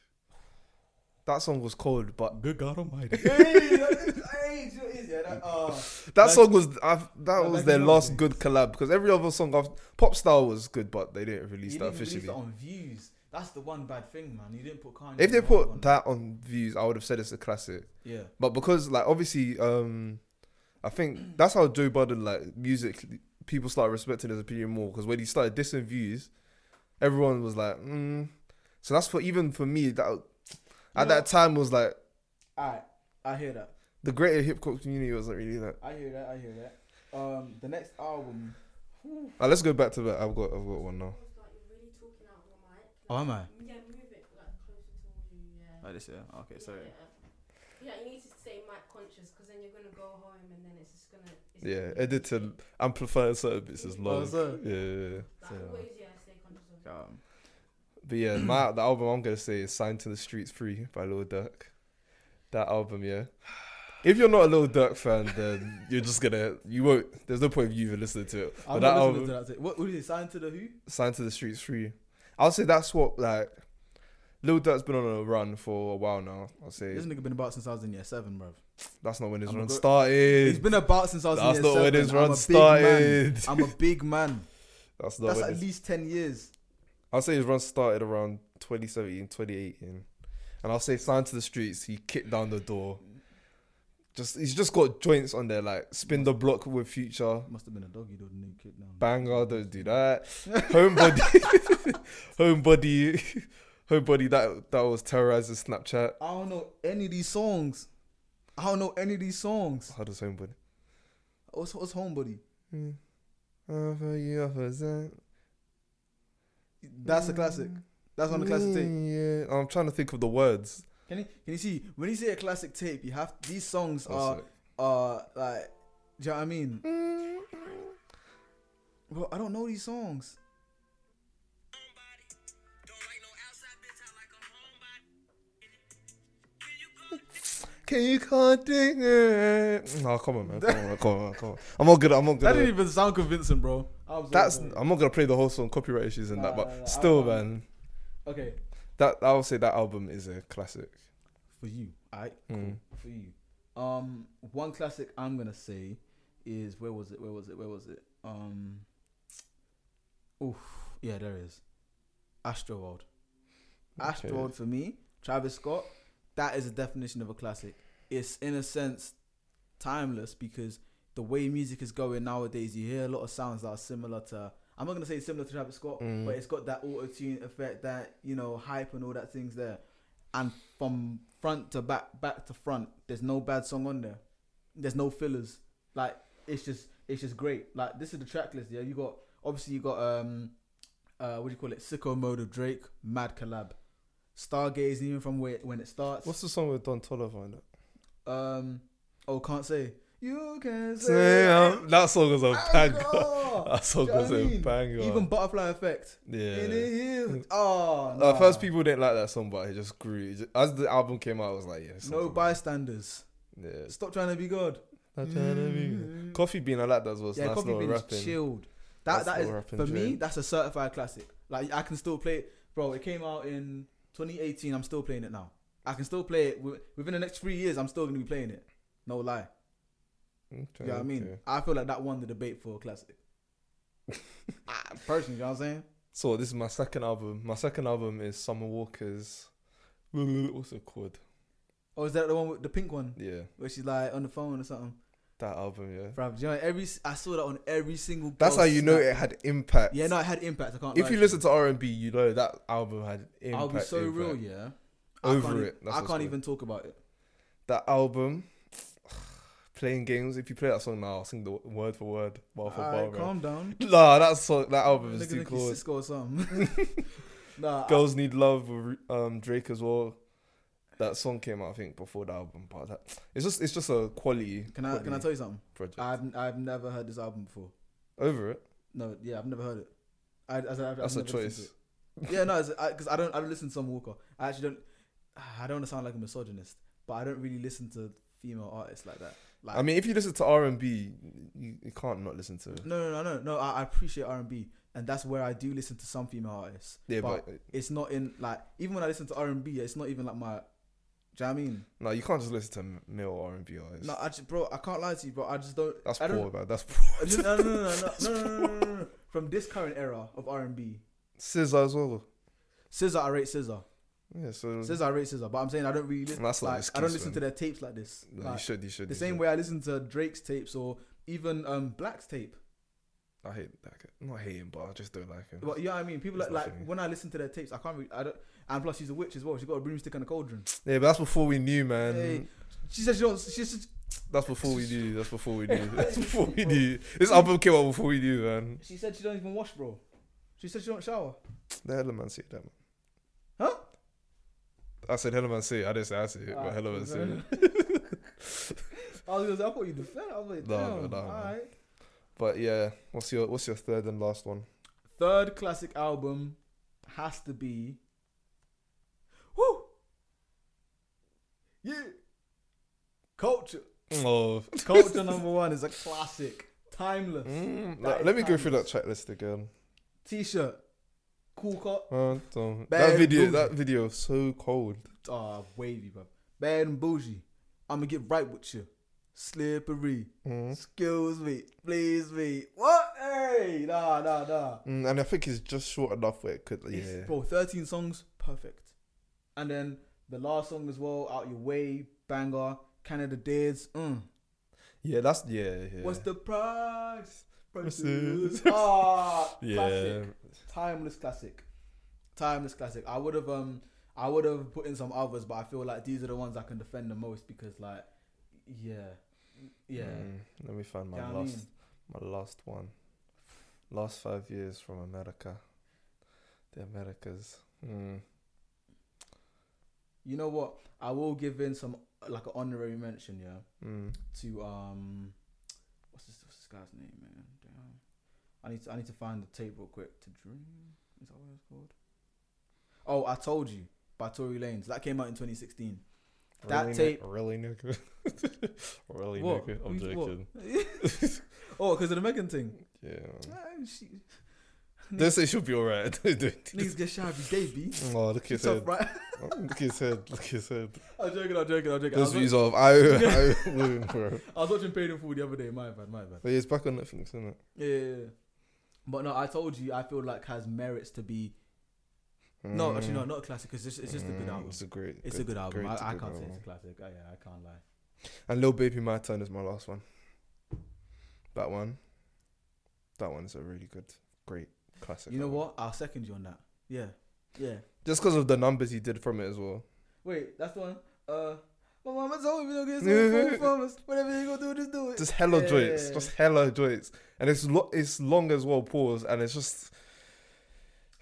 [SPEAKER 2] that song was cold, but
[SPEAKER 3] Good God Almighty. hey, that- hey, do you know what it is, yeah, that, uh,
[SPEAKER 2] that
[SPEAKER 3] Like-
[SPEAKER 2] song was i that
[SPEAKER 3] Like
[SPEAKER 2] was
[SPEAKER 3] Back
[SPEAKER 2] their
[SPEAKER 3] in the
[SPEAKER 2] last
[SPEAKER 3] Days.
[SPEAKER 2] good collab because every other song after Pop Star was good, but they didn't
[SPEAKER 3] you
[SPEAKER 2] release
[SPEAKER 3] didn't
[SPEAKER 2] that
[SPEAKER 3] even release
[SPEAKER 2] officially.
[SPEAKER 3] that on views. That's the one bad thing, man. You didn't put Kanye.
[SPEAKER 2] if they
[SPEAKER 3] on that one.
[SPEAKER 2] put that on views, I would have said it's a classic.
[SPEAKER 3] yeah.
[SPEAKER 2] But because like obviously, um, I think that's how Joe Budden like music people started respecting his opinion more because when he started dissing views, everyone was like, mm. so that's for even for me that at
[SPEAKER 3] know-
[SPEAKER 2] that time was like.
[SPEAKER 3] Alright, I hear that.
[SPEAKER 2] the greater hip hop community wasn't really that.
[SPEAKER 3] I hear that. I hear that. Um, the next album.
[SPEAKER 2] Uh, let's go back to that. I've got, I've got one now.
[SPEAKER 3] Oh, am I?
[SPEAKER 4] Yeah, move it like closer towards you. Yeah.
[SPEAKER 3] Like Oh, this, yeah. Okay, sorry.
[SPEAKER 4] Yeah, you need to stay mic conscious because then you're gonna go home and then it's just gonna. It's
[SPEAKER 2] Yeah, editing, amplifying certain bits is long.
[SPEAKER 4] Like,
[SPEAKER 2] Yeah,
[SPEAKER 3] so- Oh, So-
[SPEAKER 4] always, yeah, stay conscious. conscious of it.
[SPEAKER 3] Um,
[SPEAKER 2] But yeah, my the album I'm gonna say is "Signed to the Streets Free" by Lil Durk. That album, yeah. If you're not a Lil Durk fan, then you're just gonna you won't. There's no point of you even listening to it. But
[SPEAKER 3] I'm
[SPEAKER 2] that
[SPEAKER 3] not listening
[SPEAKER 2] album,
[SPEAKER 3] to that. Today. What, what is it? Signed to the who?
[SPEAKER 2] "Signed to the Streets Free," I'll say that's what like Lil Durk's been on a run for a while now. I'll say
[SPEAKER 3] This nigga been about since I was in year seven, bruv.
[SPEAKER 2] that's not when his
[SPEAKER 3] I'm
[SPEAKER 2] run
[SPEAKER 3] go-
[SPEAKER 2] started.
[SPEAKER 3] He's been about since I was
[SPEAKER 2] That's
[SPEAKER 3] in year
[SPEAKER 2] not
[SPEAKER 3] seven.
[SPEAKER 2] when his
[SPEAKER 3] I'm
[SPEAKER 2] run
[SPEAKER 3] a big
[SPEAKER 2] started.
[SPEAKER 3] Man. I'm a big man.
[SPEAKER 2] that's not
[SPEAKER 3] That's
[SPEAKER 2] when
[SPEAKER 3] at
[SPEAKER 2] his-
[SPEAKER 3] least ten years.
[SPEAKER 2] I'll say his run started around 2017, 2018. And I'll say signed to the streets, he kicked down the door. Just he's just got joints on there, like spin the block with future.
[SPEAKER 3] Must have been a doggy though, the new kid now.
[SPEAKER 2] Banger, don't do that. Homebody Homebody Homebody that that was terrorizing Snapchat.
[SPEAKER 3] I don't know any of these songs. I don't know any of these songs.
[SPEAKER 2] How does homebody?
[SPEAKER 3] What's what's homebody?
[SPEAKER 2] Hmm. Offer you eh? a present.
[SPEAKER 3] That's a classic. That's on the classic tape.
[SPEAKER 2] Hmm, Yeah, I'm trying to think of the words.
[SPEAKER 3] Can you can you see when you say a classic tape? You have these songs are
[SPEAKER 2] Also,
[SPEAKER 3] are like. Do you know what I mean? Mm. Well, I don't know these songs.
[SPEAKER 2] Can you can't dig it? No, come on, man. Come on, man, come on, man, come on. I'm not gonna. I'm not
[SPEAKER 3] That didn't
[SPEAKER 2] gonna.
[SPEAKER 3] even sound convincing, bro. I'm sorry,
[SPEAKER 2] That's.
[SPEAKER 3] bro.
[SPEAKER 2] I'm not gonna play the whole song. Copyright issues and
[SPEAKER 3] Nah,
[SPEAKER 2] that.
[SPEAKER 3] nah, nah,
[SPEAKER 2] But
[SPEAKER 3] nah,
[SPEAKER 2] still,
[SPEAKER 3] I'll-
[SPEAKER 2] man.
[SPEAKER 3] okay
[SPEAKER 2] That I would say that album is a classic.
[SPEAKER 3] for you. I
[SPEAKER 2] Mm.
[SPEAKER 3] for you. Um, one classic I'm gonna say is where was it? Where was it? Where was it? Um, oof, yeah, there it is. Astroworld.
[SPEAKER 2] Okay.
[SPEAKER 3] Astroworld for me, Travis Scott. That is the definition of a classic. It's in a sense timeless because the way music is going nowadays, you hear a lot of sounds that are similar to. I'm not gonna say similar to Travis Scott,
[SPEAKER 2] Mm.
[SPEAKER 3] but it's got that auto tune effect, that you know hype and all that things there. And from front to back, back to front, there's no bad song on there. There's no fillers. Like it's just it's just great. Like this is the track list. Yeah, you got obviously you got um uh what do you call it? Sicko Mode of Drake, Mad Collab, Stargaze even from where when it starts.
[SPEAKER 2] What's the song with Don Toliver on it?
[SPEAKER 3] um oh can't say you can say.
[SPEAKER 2] Damn, that song was a banger.
[SPEAKER 3] Banger.
[SPEAKER 2] That song
[SPEAKER 3] Do you know
[SPEAKER 2] was
[SPEAKER 3] what I
[SPEAKER 2] a
[SPEAKER 3] mean?
[SPEAKER 2] banger.
[SPEAKER 3] Even Butterfly Effect. In the
[SPEAKER 2] yeah. Uh,
[SPEAKER 3] hill. Oh,
[SPEAKER 2] At
[SPEAKER 3] nah.
[SPEAKER 2] first, people didn't like that song, but it just grew. It ju- As the album came out, I was like, yeah. this
[SPEAKER 3] No
[SPEAKER 2] song's
[SPEAKER 3] bystanders.
[SPEAKER 2] amazing. Yeah.
[SPEAKER 3] Stop trying to be God. Mm.
[SPEAKER 2] Not trying to be- Coffee Bean, I like that as well. It's
[SPEAKER 3] Mm-hmm. yeah,
[SPEAKER 2] nice
[SPEAKER 3] Coffee
[SPEAKER 2] little
[SPEAKER 3] Bean's
[SPEAKER 2] rapping.
[SPEAKER 3] chilled. That
[SPEAKER 2] That's
[SPEAKER 3] that is
[SPEAKER 2] little rapping
[SPEAKER 3] for me.
[SPEAKER 2] joint.
[SPEAKER 3] That's a certified classic. Like I can still play it, bro. It came out in 2018. I'm still playing it now. I can still play it wi- within the next three years. I'm still gonna be playing it. No lie.
[SPEAKER 2] Okay,
[SPEAKER 3] You know what I mean?
[SPEAKER 2] okay.
[SPEAKER 3] I feel like that won the debate for a classic. Ah, Personally, you know what I'm saying?
[SPEAKER 2] So this is my second album. My second album is Summer Walker's. What's it called?
[SPEAKER 3] Or is that the one with the pink one
[SPEAKER 2] Yeah,
[SPEAKER 3] where she's like on the phone or something?
[SPEAKER 2] that album. Yeah,
[SPEAKER 3] Bruv, do you know every s- I saw that on every single.
[SPEAKER 2] that's how
[SPEAKER 3] girl's
[SPEAKER 2] you know
[SPEAKER 3] snap.
[SPEAKER 2] it had impact.
[SPEAKER 3] Yeah, no, it had impact. I can't.
[SPEAKER 2] If
[SPEAKER 3] lie
[SPEAKER 2] you
[SPEAKER 3] to
[SPEAKER 2] listen to R and B, you know that album had impact.
[SPEAKER 3] I'll be so
[SPEAKER 2] impact.
[SPEAKER 3] real, yeah.
[SPEAKER 2] Over
[SPEAKER 3] I can't, e-
[SPEAKER 2] it, that's
[SPEAKER 3] I
[SPEAKER 2] what's
[SPEAKER 3] can't
[SPEAKER 2] good.
[SPEAKER 3] even talk about it.
[SPEAKER 2] That album, playing games. If you play that song now, I'll sing the w- word for word, bar for bar.
[SPEAKER 3] Alright,
[SPEAKER 2] bro.
[SPEAKER 3] calm down.
[SPEAKER 2] Nah, that song, that album is
[SPEAKER 3] Nigga
[SPEAKER 2] too
[SPEAKER 3] think he's
[SPEAKER 2] cool.
[SPEAKER 3] Cisco or something. nah, I,
[SPEAKER 2] Girls Need Love with um, Drake as well. That song came out, I think, before the album. But that, it's just, it's just a quality.
[SPEAKER 3] can I can I
[SPEAKER 2] quality
[SPEAKER 3] tell you something?
[SPEAKER 2] project
[SPEAKER 3] I've I've never heard this album before.
[SPEAKER 2] over it?
[SPEAKER 3] No, yeah, I've never heard it. I, I, I, I've
[SPEAKER 2] That's a
[SPEAKER 3] never listened to
[SPEAKER 2] choice.
[SPEAKER 3] it. Yeah, no, because I, don't I don't listen to Summer Walker. I actually don't. I don't want to sound like a misogynist, but I don't really listen to female artists like that. Like,
[SPEAKER 2] I mean, if you listen to R and B, you, you can't not listen to. it.
[SPEAKER 3] no, no, no, no, no. I, I appreciate R and B, and that's where I do listen to some female artists.
[SPEAKER 2] Yeah, but,
[SPEAKER 3] it's not in like even when I listen to R and B, it's not even like my. Do you know what I mean?
[SPEAKER 2] no, you can't just listen to m- male R and B artists.
[SPEAKER 3] No, I just, bro, I can't lie to you, bro. I just don't.
[SPEAKER 2] that's
[SPEAKER 3] I don't,
[SPEAKER 2] poor, man. That's
[SPEAKER 3] I
[SPEAKER 2] poor.
[SPEAKER 3] just- no, no, no, no, no, no, no, no, no, no, no. From this current era of R and B,
[SPEAKER 2] Scissor as well.
[SPEAKER 3] Scissor, I rate Scissor.
[SPEAKER 2] Yeah, so
[SPEAKER 3] Scissor, I rate Scissor. But I'm saying I don't really listen.
[SPEAKER 2] that's not an
[SPEAKER 3] Like,
[SPEAKER 2] excuse,
[SPEAKER 3] I don't listen
[SPEAKER 2] man.
[SPEAKER 3] to their tapes like this.
[SPEAKER 2] No, you
[SPEAKER 3] Like,
[SPEAKER 2] should, you should.
[SPEAKER 3] the
[SPEAKER 2] you
[SPEAKER 3] same
[SPEAKER 2] should.
[SPEAKER 3] way I listen to Drake's tapes or even um Black's tape.
[SPEAKER 2] I hate that. Guy. I'm not hating, but I just don't like him.
[SPEAKER 3] But you know what I mean? People
[SPEAKER 2] It's
[SPEAKER 3] like,
[SPEAKER 2] not
[SPEAKER 3] like
[SPEAKER 2] for me.
[SPEAKER 3] when I listen to their tapes, I can't. Really, I don't. And plus, she's a witch as well. She's got a broomstick and a cauldron.
[SPEAKER 2] Yeah, but that's before we knew, man.
[SPEAKER 3] Hey, she says she's, she's just
[SPEAKER 2] That's before we knew. That's before we knew. That's before we knew. This album came out before we knew, man.
[SPEAKER 3] She said she don't even wash, bro. She said she don't shower.
[SPEAKER 2] The hell man say that, man.
[SPEAKER 3] Huh? Ah,
[SPEAKER 2] I said hell man say. it. I didn't say I say it, but
[SPEAKER 3] Alright,
[SPEAKER 2] hell man
[SPEAKER 3] cool,
[SPEAKER 2] say.
[SPEAKER 3] fair
[SPEAKER 2] it.
[SPEAKER 3] enough. I was gonna say, I thought you defend. I was like,
[SPEAKER 2] No,
[SPEAKER 3] damn.
[SPEAKER 2] no, no, man.
[SPEAKER 3] all right.
[SPEAKER 2] But yeah, what's your what's your third and last one?
[SPEAKER 3] Third classic album has to be. Woo! Yeah! Culture.
[SPEAKER 2] Oh.
[SPEAKER 3] Culture number one is a classic. Timeless.
[SPEAKER 2] Mm,
[SPEAKER 3] That
[SPEAKER 2] like,
[SPEAKER 3] is
[SPEAKER 2] let me go through that
[SPEAKER 3] timeless.
[SPEAKER 2] checklist again.
[SPEAKER 3] T shirt. Cool cut.
[SPEAKER 2] Uh, so-
[SPEAKER 3] Bad
[SPEAKER 2] that video,
[SPEAKER 3] movie.
[SPEAKER 2] that video, is so cold.
[SPEAKER 3] Ah, wavy, bruv. Bad and bougie. I'ma get right with you. Slippery.
[SPEAKER 2] Mm.
[SPEAKER 3] Excuse me. Please me. What? Hey! Nah, nah, nah.
[SPEAKER 2] Mm, and I think it's just short enough where it could,
[SPEAKER 3] It's-
[SPEAKER 2] yeah.
[SPEAKER 3] Bro, 13 songs, perfect. And then the last song as well, Out Your Way, Banger, Canada Days. Mm.
[SPEAKER 2] Yeah, that's, yeah, yeah.
[SPEAKER 3] What's the price?
[SPEAKER 2] Prices.
[SPEAKER 3] Prices. ah,
[SPEAKER 2] yeah. Mm,
[SPEAKER 3] classic. Timeless classic. Timeless classic. I would have um I would have put in some others, but I feel like these are the ones I can defend the most because like yeah. Yeah.
[SPEAKER 2] Mm, let me find my
[SPEAKER 3] Yeah, I
[SPEAKER 2] last,
[SPEAKER 3] mean.
[SPEAKER 2] my last one. Last five years from America, the Americas. Mm.
[SPEAKER 3] You know what? I will give in some like an honorary mention, yeah.
[SPEAKER 2] Mm.
[SPEAKER 3] to um what's this, what's this guy's name man damn I need to I need to find the tape real quick to dream is that what it's called oh I told you by Tory Lanez that came out in 2016 That
[SPEAKER 2] really, ni-
[SPEAKER 3] tape-
[SPEAKER 2] really nigga, really
[SPEAKER 3] What?
[SPEAKER 2] nigga. I'm
[SPEAKER 3] Who's-
[SPEAKER 2] joking.
[SPEAKER 3] what? oh because of the Megan thing
[SPEAKER 2] Yeah,
[SPEAKER 3] Ah, she,
[SPEAKER 2] this it should be alright.
[SPEAKER 3] niggas get shy every day B
[SPEAKER 2] oh, look at his
[SPEAKER 3] It's tough,
[SPEAKER 2] head.
[SPEAKER 3] right
[SPEAKER 2] Oh, Look at his head. Look at his head.
[SPEAKER 3] I'm joking I'm joking I'm joking I
[SPEAKER 2] Those
[SPEAKER 3] was,
[SPEAKER 2] views
[SPEAKER 3] watching,
[SPEAKER 2] of I, I wound, bro.
[SPEAKER 3] I was watching Paid in Full the other day my bad my bad
[SPEAKER 2] But yeah, it's back on Netflix, isn't it?
[SPEAKER 3] yeah, yeah, yeah. but no I told you I feel like has merits to be no actually no not a classic 'cause it's, it's just a good
[SPEAKER 2] Mm,
[SPEAKER 3] album
[SPEAKER 2] It's a great.
[SPEAKER 3] It's a good album.
[SPEAKER 2] great-
[SPEAKER 3] I, I
[SPEAKER 2] good
[SPEAKER 3] can't say it's
[SPEAKER 2] album.
[SPEAKER 3] a classic. I, yeah, I can't lie.
[SPEAKER 2] And Lil Baby My Turn is my last one. That one. That one is a really good, great classic.
[SPEAKER 3] you know
[SPEAKER 2] album.
[SPEAKER 3] what? I'll second you on that. Yeah, yeah.
[SPEAKER 2] Just because of the numbers he did from it as well.
[SPEAKER 3] Wait, that's the one. Uh, my mama told me don't get some performance. Whatever you gonna do, just do it.
[SPEAKER 2] Just hella joints.
[SPEAKER 3] Yeah.
[SPEAKER 2] Just hella joints. And it's lo- it's long as well, pause. And it's just.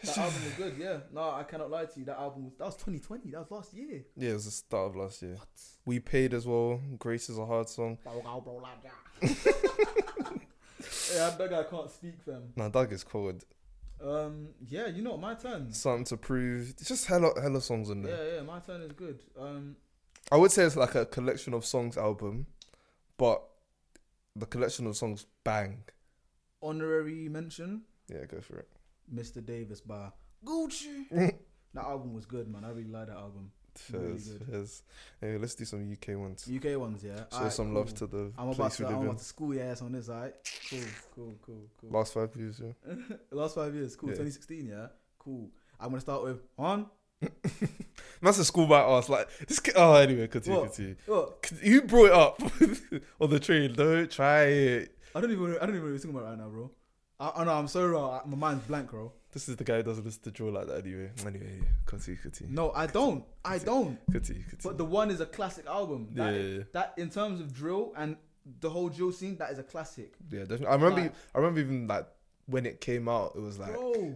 [SPEAKER 3] that album was good. Yeah. No, I cannot lie to you. That album was that was 2020. That was last year.
[SPEAKER 2] Yeah, it was the start of last year. We Paid as well. Grace is a hard song.
[SPEAKER 3] yeah, that guy can't speak fam.
[SPEAKER 2] Now, Doug is cold.
[SPEAKER 3] Um, yeah, you know my turn.
[SPEAKER 2] Something to prove. It's just hella, hella songs in there.
[SPEAKER 3] Yeah, yeah, my turn is good. Um,
[SPEAKER 2] I would say it's like a collection of songs album, but the collection of songs bang.
[SPEAKER 3] honorary mention,
[SPEAKER 2] Yeah, go for it.
[SPEAKER 3] Mr. Davis by Gucci. that album was good, man. I really like that album. Really
[SPEAKER 2] Fizz,
[SPEAKER 3] good.
[SPEAKER 2] fizz. Anyway, let's do some UK ones.
[SPEAKER 3] UK ones, yeah.
[SPEAKER 2] Show
[SPEAKER 3] Alright,
[SPEAKER 2] some
[SPEAKER 3] cool.
[SPEAKER 2] love to the
[SPEAKER 3] I'm about
[SPEAKER 2] place
[SPEAKER 3] to,
[SPEAKER 2] we
[SPEAKER 3] I'm
[SPEAKER 2] live
[SPEAKER 3] about
[SPEAKER 2] in.
[SPEAKER 3] to school your ass on this, alright? Cool, cool, cool, cool.
[SPEAKER 2] Last five years, yeah.
[SPEAKER 3] Last five years, cool.
[SPEAKER 2] Yeah.
[SPEAKER 3] 2016, yeah, cool. I'm gonna start with on.
[SPEAKER 2] That's a school by us. Like this. Kid, oh, anyway, continue,
[SPEAKER 3] What?
[SPEAKER 2] continue.
[SPEAKER 3] Oh,
[SPEAKER 2] Con- You brought it up on the train. Don't try it.
[SPEAKER 3] I don't even, I don't even know what you're talking about right now, bro. I, I know I'm so raw. My mind's blank, bro.
[SPEAKER 2] This is the guy who doesn't listen to draw like that. Anyway, anyway, yeah. continue, continue,
[SPEAKER 3] No, I don't. I don't.
[SPEAKER 2] continue, continue.
[SPEAKER 3] But the one is a classic album.
[SPEAKER 2] yeah,
[SPEAKER 3] That,
[SPEAKER 2] yeah, yeah.
[SPEAKER 3] that in terms of drill and the whole drill scene, that is a classic,
[SPEAKER 2] Yeah, definitely. I remember.
[SPEAKER 3] Like-
[SPEAKER 2] I remember even like when it came out, it was like
[SPEAKER 3] bro.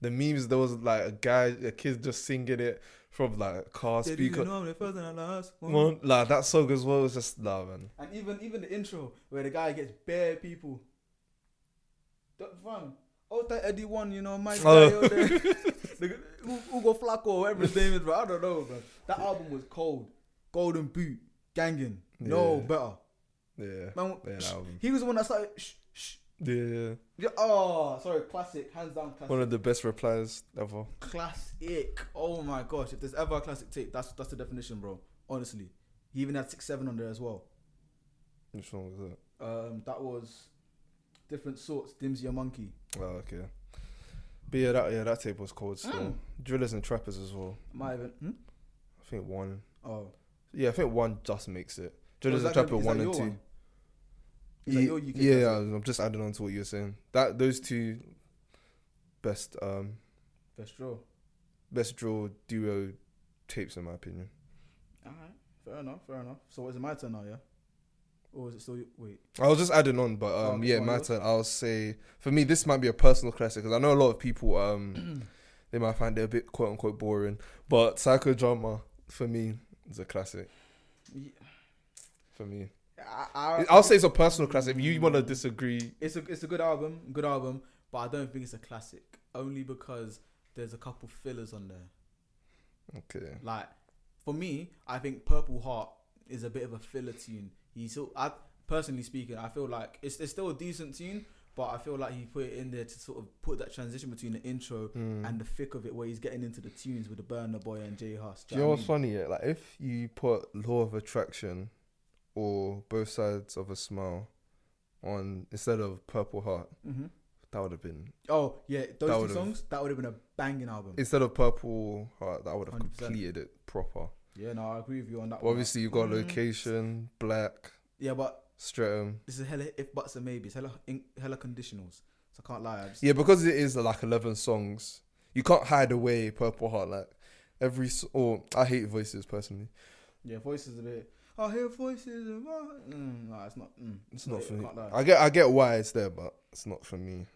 [SPEAKER 2] the memes. There was like a guy, a kid just singing it from like a car
[SPEAKER 3] Did you
[SPEAKER 2] speaker.
[SPEAKER 3] know I'm the first and the last one?
[SPEAKER 2] One, like that song as well was just nah, man.
[SPEAKER 3] And even even the intro where the guy gets bare people. That fun. Oh, that Eddie one, you know, Mike
[SPEAKER 2] Oh.
[SPEAKER 3] Guy, oh, the- the- Hugo Flacco, or whatever his name is, bro. I don't know, bro. That album was cold. Golden Boot, Gangin, No
[SPEAKER 2] Yeah.
[SPEAKER 3] Better.
[SPEAKER 2] Yeah,
[SPEAKER 3] Man,
[SPEAKER 2] yeah, that album.
[SPEAKER 3] he was the one that started. Shh, shh.
[SPEAKER 2] yeah.
[SPEAKER 3] Yeah, oh, sorry, classic, hands down classic.
[SPEAKER 2] One of the best replies ever.
[SPEAKER 3] classic. Oh my gosh, if there's ever a classic tape, that's that's the definition, bro. Honestly, he even had six seven on there as well.
[SPEAKER 2] Which one was that?
[SPEAKER 3] Um, that was different sorts. Dimsy your monkey.
[SPEAKER 2] Oh, okay. But yeah, that yeah that tape was called still.
[SPEAKER 3] Mm.
[SPEAKER 2] Drillers and Trappers as well.
[SPEAKER 3] Might even. Hmm?
[SPEAKER 2] I think one.
[SPEAKER 3] Oh,
[SPEAKER 2] Yeah, I think one just makes it.
[SPEAKER 3] Oh,
[SPEAKER 2] Drillers
[SPEAKER 3] is
[SPEAKER 2] and
[SPEAKER 3] that gonna
[SPEAKER 2] Trappers
[SPEAKER 3] be- is that
[SPEAKER 2] one and
[SPEAKER 3] your
[SPEAKER 2] two.
[SPEAKER 3] one? Is that
[SPEAKER 2] Ye-
[SPEAKER 3] your UK
[SPEAKER 2] yeah, yeah,
[SPEAKER 3] classic?
[SPEAKER 2] I'm just adding on to what you were saying. That those two best um
[SPEAKER 3] Best draw. All
[SPEAKER 2] best draw duo tapes in my opinion.
[SPEAKER 3] right, fair enough, fair enough. So is it my turn now? Yeah, or is it still? you- Wait,
[SPEAKER 2] I was just adding on, but
[SPEAKER 3] Oh,
[SPEAKER 2] um,
[SPEAKER 3] okay,
[SPEAKER 2] yeah,
[SPEAKER 3] go on,
[SPEAKER 2] my
[SPEAKER 3] yours.
[SPEAKER 2] turn. I'll say for me, this might be a personal classic because I know a lot of people um, they might find it a bit quote unquote boring, but psychodrama for me is a classic
[SPEAKER 3] Ye-
[SPEAKER 2] for me.
[SPEAKER 3] I, I,
[SPEAKER 2] I'll say it's a personal classic. If you want to disagree,
[SPEAKER 3] it's a it's a good album, good album. but I don't think it's a classic. Only because there's a couple fillers on there.
[SPEAKER 2] Okay.
[SPEAKER 3] Like for me, I think Purple Heart is a bit of a filler tune. He sort I personally speaking, I feel like it's, it's still a decent tune, but I feel like he put it in there to sort of put that transition between the intro
[SPEAKER 2] Mm.
[SPEAKER 3] and the thick of it, where he's getting into the tunes with the Burner Boy and Jay Huss.
[SPEAKER 2] Do you know what's funny? Yeah? Like if you put Law of Attraction or Both Sides of a Smile on instead of Purple Heart,
[SPEAKER 3] hmm
[SPEAKER 2] that would have been
[SPEAKER 3] Oh yeah, those two
[SPEAKER 2] would've-
[SPEAKER 3] songs that would have been a banging album.
[SPEAKER 2] instead of Purple Heart, that would have
[SPEAKER 3] 100%.
[SPEAKER 2] completed it proper.
[SPEAKER 3] yeah, no, I agree with you on that.
[SPEAKER 2] But
[SPEAKER 3] one.
[SPEAKER 2] obviously you've got
[SPEAKER 3] Mm.
[SPEAKER 2] Location, Black,
[SPEAKER 3] yeah, but
[SPEAKER 2] Stratum.
[SPEAKER 3] this is hella if buts and maybes, hella in, hella conditionals. So I can't lie. I just,
[SPEAKER 2] Yeah, because it is like eleven songs, you can't hide away Purple Heart. Like every s or I hate voices personally.
[SPEAKER 3] yeah, voices a bit. I hear voices. And, what? mm, no, it's not. Mm,
[SPEAKER 2] It's not
[SPEAKER 3] it,
[SPEAKER 2] for
[SPEAKER 3] I
[SPEAKER 2] me.
[SPEAKER 3] can't lie.
[SPEAKER 2] I get I get why it's there, but it's not for me.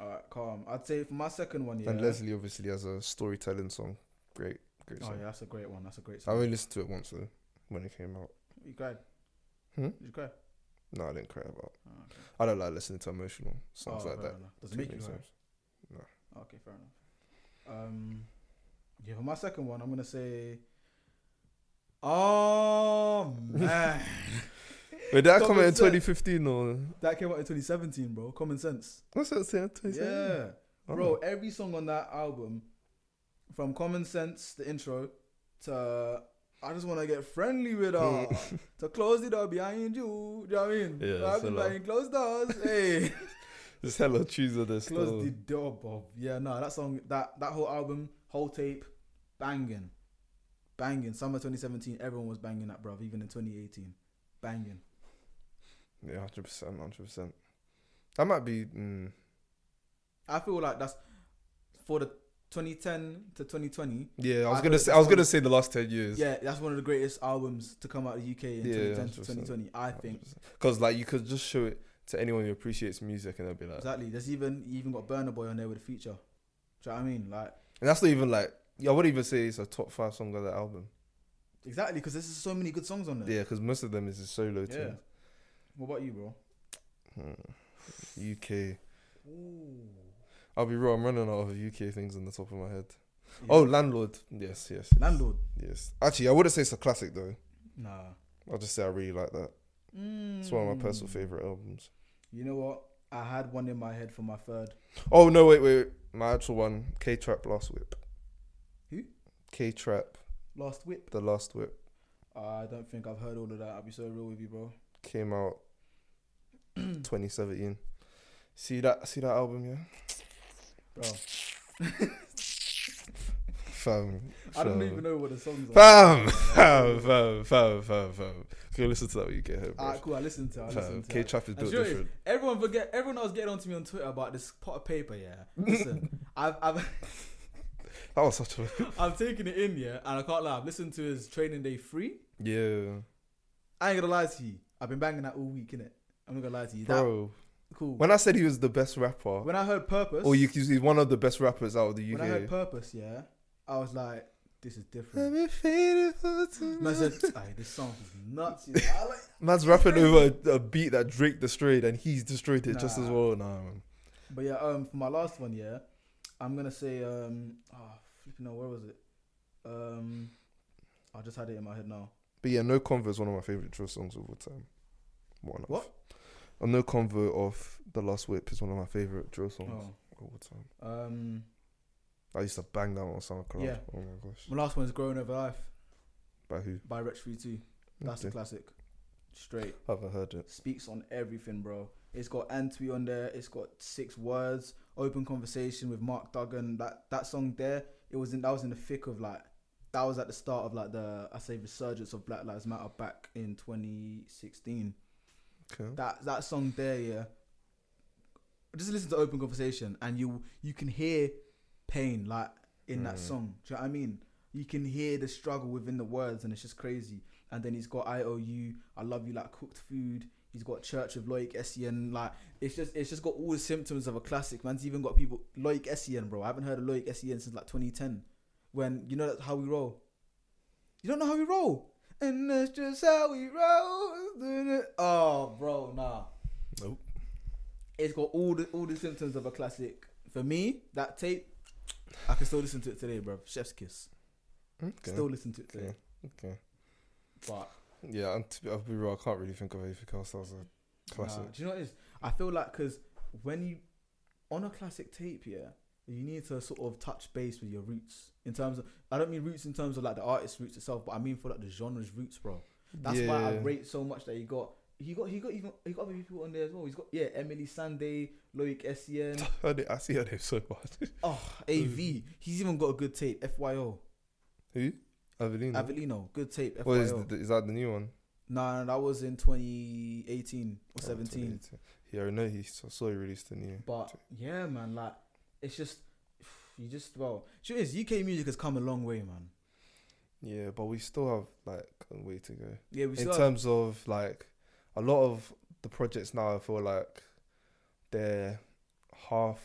[SPEAKER 3] All right, calm. I'd say for my second one, yeah.
[SPEAKER 2] And Leslie obviously has a storytelling song. Great, great
[SPEAKER 3] Oh
[SPEAKER 2] song.
[SPEAKER 3] yeah, that's a great one. That's a great
[SPEAKER 2] I
[SPEAKER 3] song.
[SPEAKER 2] only listened to it once though when it came out.
[SPEAKER 3] you cried.
[SPEAKER 2] Hmm?
[SPEAKER 3] Did you cry?
[SPEAKER 2] No, I didn't cry about.
[SPEAKER 3] Oh, okay.
[SPEAKER 2] I don't like listening to emotional songs
[SPEAKER 3] Oh,
[SPEAKER 2] like
[SPEAKER 3] fair
[SPEAKER 2] that.
[SPEAKER 3] enough.
[SPEAKER 2] too
[SPEAKER 3] Does it make you
[SPEAKER 2] many
[SPEAKER 3] cry?
[SPEAKER 2] times.
[SPEAKER 3] Okay, fair enough. Um, yeah, for my second one, I'm gonna say. Oh man,
[SPEAKER 2] Wait, did that
[SPEAKER 3] Common
[SPEAKER 2] come out in
[SPEAKER 3] sense.
[SPEAKER 2] 2015 or
[SPEAKER 3] that came out in 2017, bro. Common sense.
[SPEAKER 2] what's that saying? 2017?
[SPEAKER 3] Yeah,
[SPEAKER 2] Oh.
[SPEAKER 3] bro. Every song on that album, from Common Sense, the intro, to I just wanna get friendly with her, to close the door behind you. Do you know what I mean?
[SPEAKER 2] Yeah,
[SPEAKER 3] I've
[SPEAKER 2] it's a
[SPEAKER 3] been
[SPEAKER 2] lot.
[SPEAKER 3] behind closed doors. Hey.
[SPEAKER 2] There's hella tunes on this.
[SPEAKER 3] Close
[SPEAKER 2] still.
[SPEAKER 3] the door, Bob. Yeah, no, that song, that that whole album, whole tape, banging, banging. Summer 2017, everyone was banging that, bruv. Even in 2018, banging.
[SPEAKER 2] Yeah, hundred percent, hundred percent. That might be. Mm,
[SPEAKER 3] I feel like that's for the 2010 to 2020.
[SPEAKER 2] yeah, I was
[SPEAKER 3] I
[SPEAKER 2] gonna
[SPEAKER 3] thought
[SPEAKER 2] say. I was
[SPEAKER 3] this
[SPEAKER 2] gonna
[SPEAKER 3] one-
[SPEAKER 2] say the last ten years.
[SPEAKER 3] Yeah, that's one of the greatest albums to come out of the UK in
[SPEAKER 2] Yeah,
[SPEAKER 3] 2010 to
[SPEAKER 2] 100%.
[SPEAKER 3] 2020. I think
[SPEAKER 2] Because like you could just show it to anyone who appreciates music, and they'll be like,
[SPEAKER 3] exactly. There's even you even got Burner Boy on there with a feature. Do you know what I mean? Like
[SPEAKER 2] and that's not even like. Yeah, I wouldn't even say it's a top five song on that album.
[SPEAKER 3] exactly because there's so many good songs on there.
[SPEAKER 2] Yeah, because most of them is his solo
[SPEAKER 3] Yeah.
[SPEAKER 2] tunes.
[SPEAKER 3] What about you, bro?
[SPEAKER 2] Hmm. UK. I'll be real. I'm running out of UK things on the top of my head.
[SPEAKER 3] Yeah.
[SPEAKER 2] Oh, landlord. Yes, yes, yes,
[SPEAKER 3] Landlord.
[SPEAKER 2] yes. Actually, I wouldn't say it's a classic though.
[SPEAKER 3] Nah.
[SPEAKER 2] I'll just say I really like that. It's one of my
[SPEAKER 3] Hmm.
[SPEAKER 2] personal favorite albums.
[SPEAKER 3] Mm. You know what? I had one in my head for my third.
[SPEAKER 2] Oh no! Wait, wait. wait. My actual one, K Trap Last Whip.
[SPEAKER 3] Who?
[SPEAKER 2] K Trap,
[SPEAKER 3] Last Whip.
[SPEAKER 2] The Last Whip
[SPEAKER 3] I don't think I've heard all of that. I'll be so real with you, bro.
[SPEAKER 2] came out 2017. See that? See that album? Yeah.
[SPEAKER 3] Bro,
[SPEAKER 2] Fam.
[SPEAKER 3] Oh. I don't
[SPEAKER 2] fam.
[SPEAKER 3] even know what the songs are.
[SPEAKER 2] Fam, fam, fam, fam, fam, fam. Go listen to that when you get home.
[SPEAKER 3] Alright, cool. I listened to. it, I
[SPEAKER 2] Fam.
[SPEAKER 3] listened to.
[SPEAKER 2] K
[SPEAKER 3] it.
[SPEAKER 2] Trap is
[SPEAKER 3] I'm
[SPEAKER 2] built
[SPEAKER 3] sure it's-
[SPEAKER 2] different.
[SPEAKER 3] Everyone forget. Everyone else getting onto me on Twitter about this pot of paper. Yeah. Listen, I've I've
[SPEAKER 2] That was such a
[SPEAKER 3] I've taken it in yeah, and I can't lie. I've listened to his Training Day Free.
[SPEAKER 2] yeah,
[SPEAKER 3] I ain't gonna lie to you. I've been banging that all week, innit? I'm not gonna lie to you. That,
[SPEAKER 2] bro.
[SPEAKER 3] cool. When
[SPEAKER 2] When I said he was the best rapper,
[SPEAKER 3] I, heard Purpose,
[SPEAKER 2] or you, he's one of the best rappers out of the
[SPEAKER 3] when I heard
[SPEAKER 2] UK.
[SPEAKER 3] Purpose, yeah, I was like, this is different.
[SPEAKER 2] Let me fade it to
[SPEAKER 3] Man said, "Aye, this song is nuts. you know." I like-
[SPEAKER 2] Man's rapping over a, a beat that Drake destroyed, and he's destroyed it just as
[SPEAKER 3] Nah.
[SPEAKER 2] well. Nah, man.
[SPEAKER 3] But yeah, um, for my last one, yeah, I'm gonna say, um, oh, flipping hell, where was it? Um, I just had it in my head now.
[SPEAKER 2] But yeah, No Convert is one of my favorite drill songs of all time. One of.
[SPEAKER 3] What?
[SPEAKER 2] A No Convert of The Last Whip is one of my favorite drill songs
[SPEAKER 3] Oh,
[SPEAKER 2] of all time.
[SPEAKER 3] um,
[SPEAKER 2] I used to bang that one on SoundCloud.
[SPEAKER 3] Yeah.
[SPEAKER 2] Oh my gosh.
[SPEAKER 3] my last one's "Growing Over Life"
[SPEAKER 2] By who?
[SPEAKER 3] by Wretch Three Two. That's a
[SPEAKER 2] Okay.
[SPEAKER 3] classic. Straight
[SPEAKER 2] Haven't heard it.
[SPEAKER 3] speaks on everything, bro. It's got Antwi on there. It's got six words. Open conversation with Mark Duggan. That that song there. It was in that was in the thick of like that was at the start of like the I say resurgence of Black Lives Matter back in 2016.
[SPEAKER 2] Okay.
[SPEAKER 3] that that song there, yeah. Just listen to open conversation, and you you can hear pain like in that
[SPEAKER 2] Mm.
[SPEAKER 3] song. Do you know what I mean? You can hear the struggle within the words, and it's just crazy. And then he's got I O U, I love you like cooked food. He's got church with Loic Essien. Like it's just it's just got all the symptoms of a classic. Man's even got people Loic Essien, bro. I haven't heard of Loic Essien since like 2010. When you know that's how we roll. You don't know how we roll. And that's just how we roll. Oh, bro, nah.
[SPEAKER 2] Nope.
[SPEAKER 3] It's got all the all the symptoms of a classic. For me, that tape, I can still listen to it today, bro. Chef's Kiss.
[SPEAKER 2] Okay.
[SPEAKER 3] Still listen to it today.
[SPEAKER 2] Okay.
[SPEAKER 3] But
[SPEAKER 2] Yeah, and to be, I'll be real. I can't really think of anything else that was a classic.
[SPEAKER 3] Nah, do you know what it is? I feel like because when you on a classic tape, yeah, you need to sort of touch base with your roots in terms of. I don't mean roots in terms of like the artist's roots itself, but I mean for like the genre's roots, bro. That's why I
[SPEAKER 2] Yeah.
[SPEAKER 3] rate so much that he got. He got he got even he got other people on there as well. He's got yeah Emily Sande, Loic E Essien,
[SPEAKER 2] I, did- I see her name so much.
[SPEAKER 3] oh AV. He's even got a good tape. Fyo
[SPEAKER 2] Who? Avelina.
[SPEAKER 3] Avellino, good tape.
[SPEAKER 2] What is,
[SPEAKER 3] Fyo.
[SPEAKER 2] th- is that the new one?
[SPEAKER 3] Nah, that was in 2018 or
[SPEAKER 2] Oh,
[SPEAKER 3] 17.
[SPEAKER 2] 2018. Yeah, I know he I saw he released the new.
[SPEAKER 3] But yeah, man, like it's just you just well, sure is UK music has come a long way, man.
[SPEAKER 2] Yeah, but we still have like a way to go
[SPEAKER 3] Yeah, we
[SPEAKER 2] in
[SPEAKER 3] still have,
[SPEAKER 2] terms of like a lot of the projects now. I feel like they're half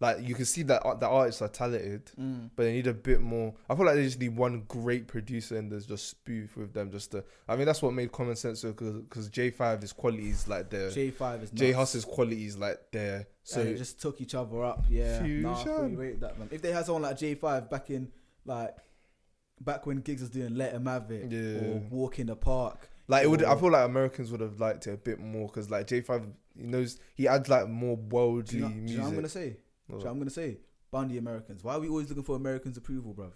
[SPEAKER 2] like you can see that ar- the artists are talented,
[SPEAKER 3] Mm.
[SPEAKER 2] but they need a bit more. I feel like they just need one great producer and there's just spoof with them. Just to, I mean, that's what made Common Sense because J Five is qualities like their J,
[SPEAKER 3] J5 is
[SPEAKER 2] J
[SPEAKER 3] nuts.
[SPEAKER 2] Huss's qualities like their
[SPEAKER 3] and they
[SPEAKER 2] so
[SPEAKER 3] just took each other up. Yeah, nah, I fully
[SPEAKER 2] Fusion.
[SPEAKER 3] rate that man. If they had someone like J5 back in like back when Gigs was doing Let 'Em Have It or
[SPEAKER 2] Yeah.
[SPEAKER 3] Walk in the Park,
[SPEAKER 2] like it would. I
[SPEAKER 3] or-
[SPEAKER 2] feel like Americans would have liked it a bit more because like J Five, he knows he adds like more
[SPEAKER 3] do
[SPEAKER 2] worldly
[SPEAKER 3] you, know, do you know
[SPEAKER 2] music.
[SPEAKER 3] what I'm gonna say? Do you know what I'm gonna say? Ban the Americans. Why are we always looking for Americans' approval, bruv?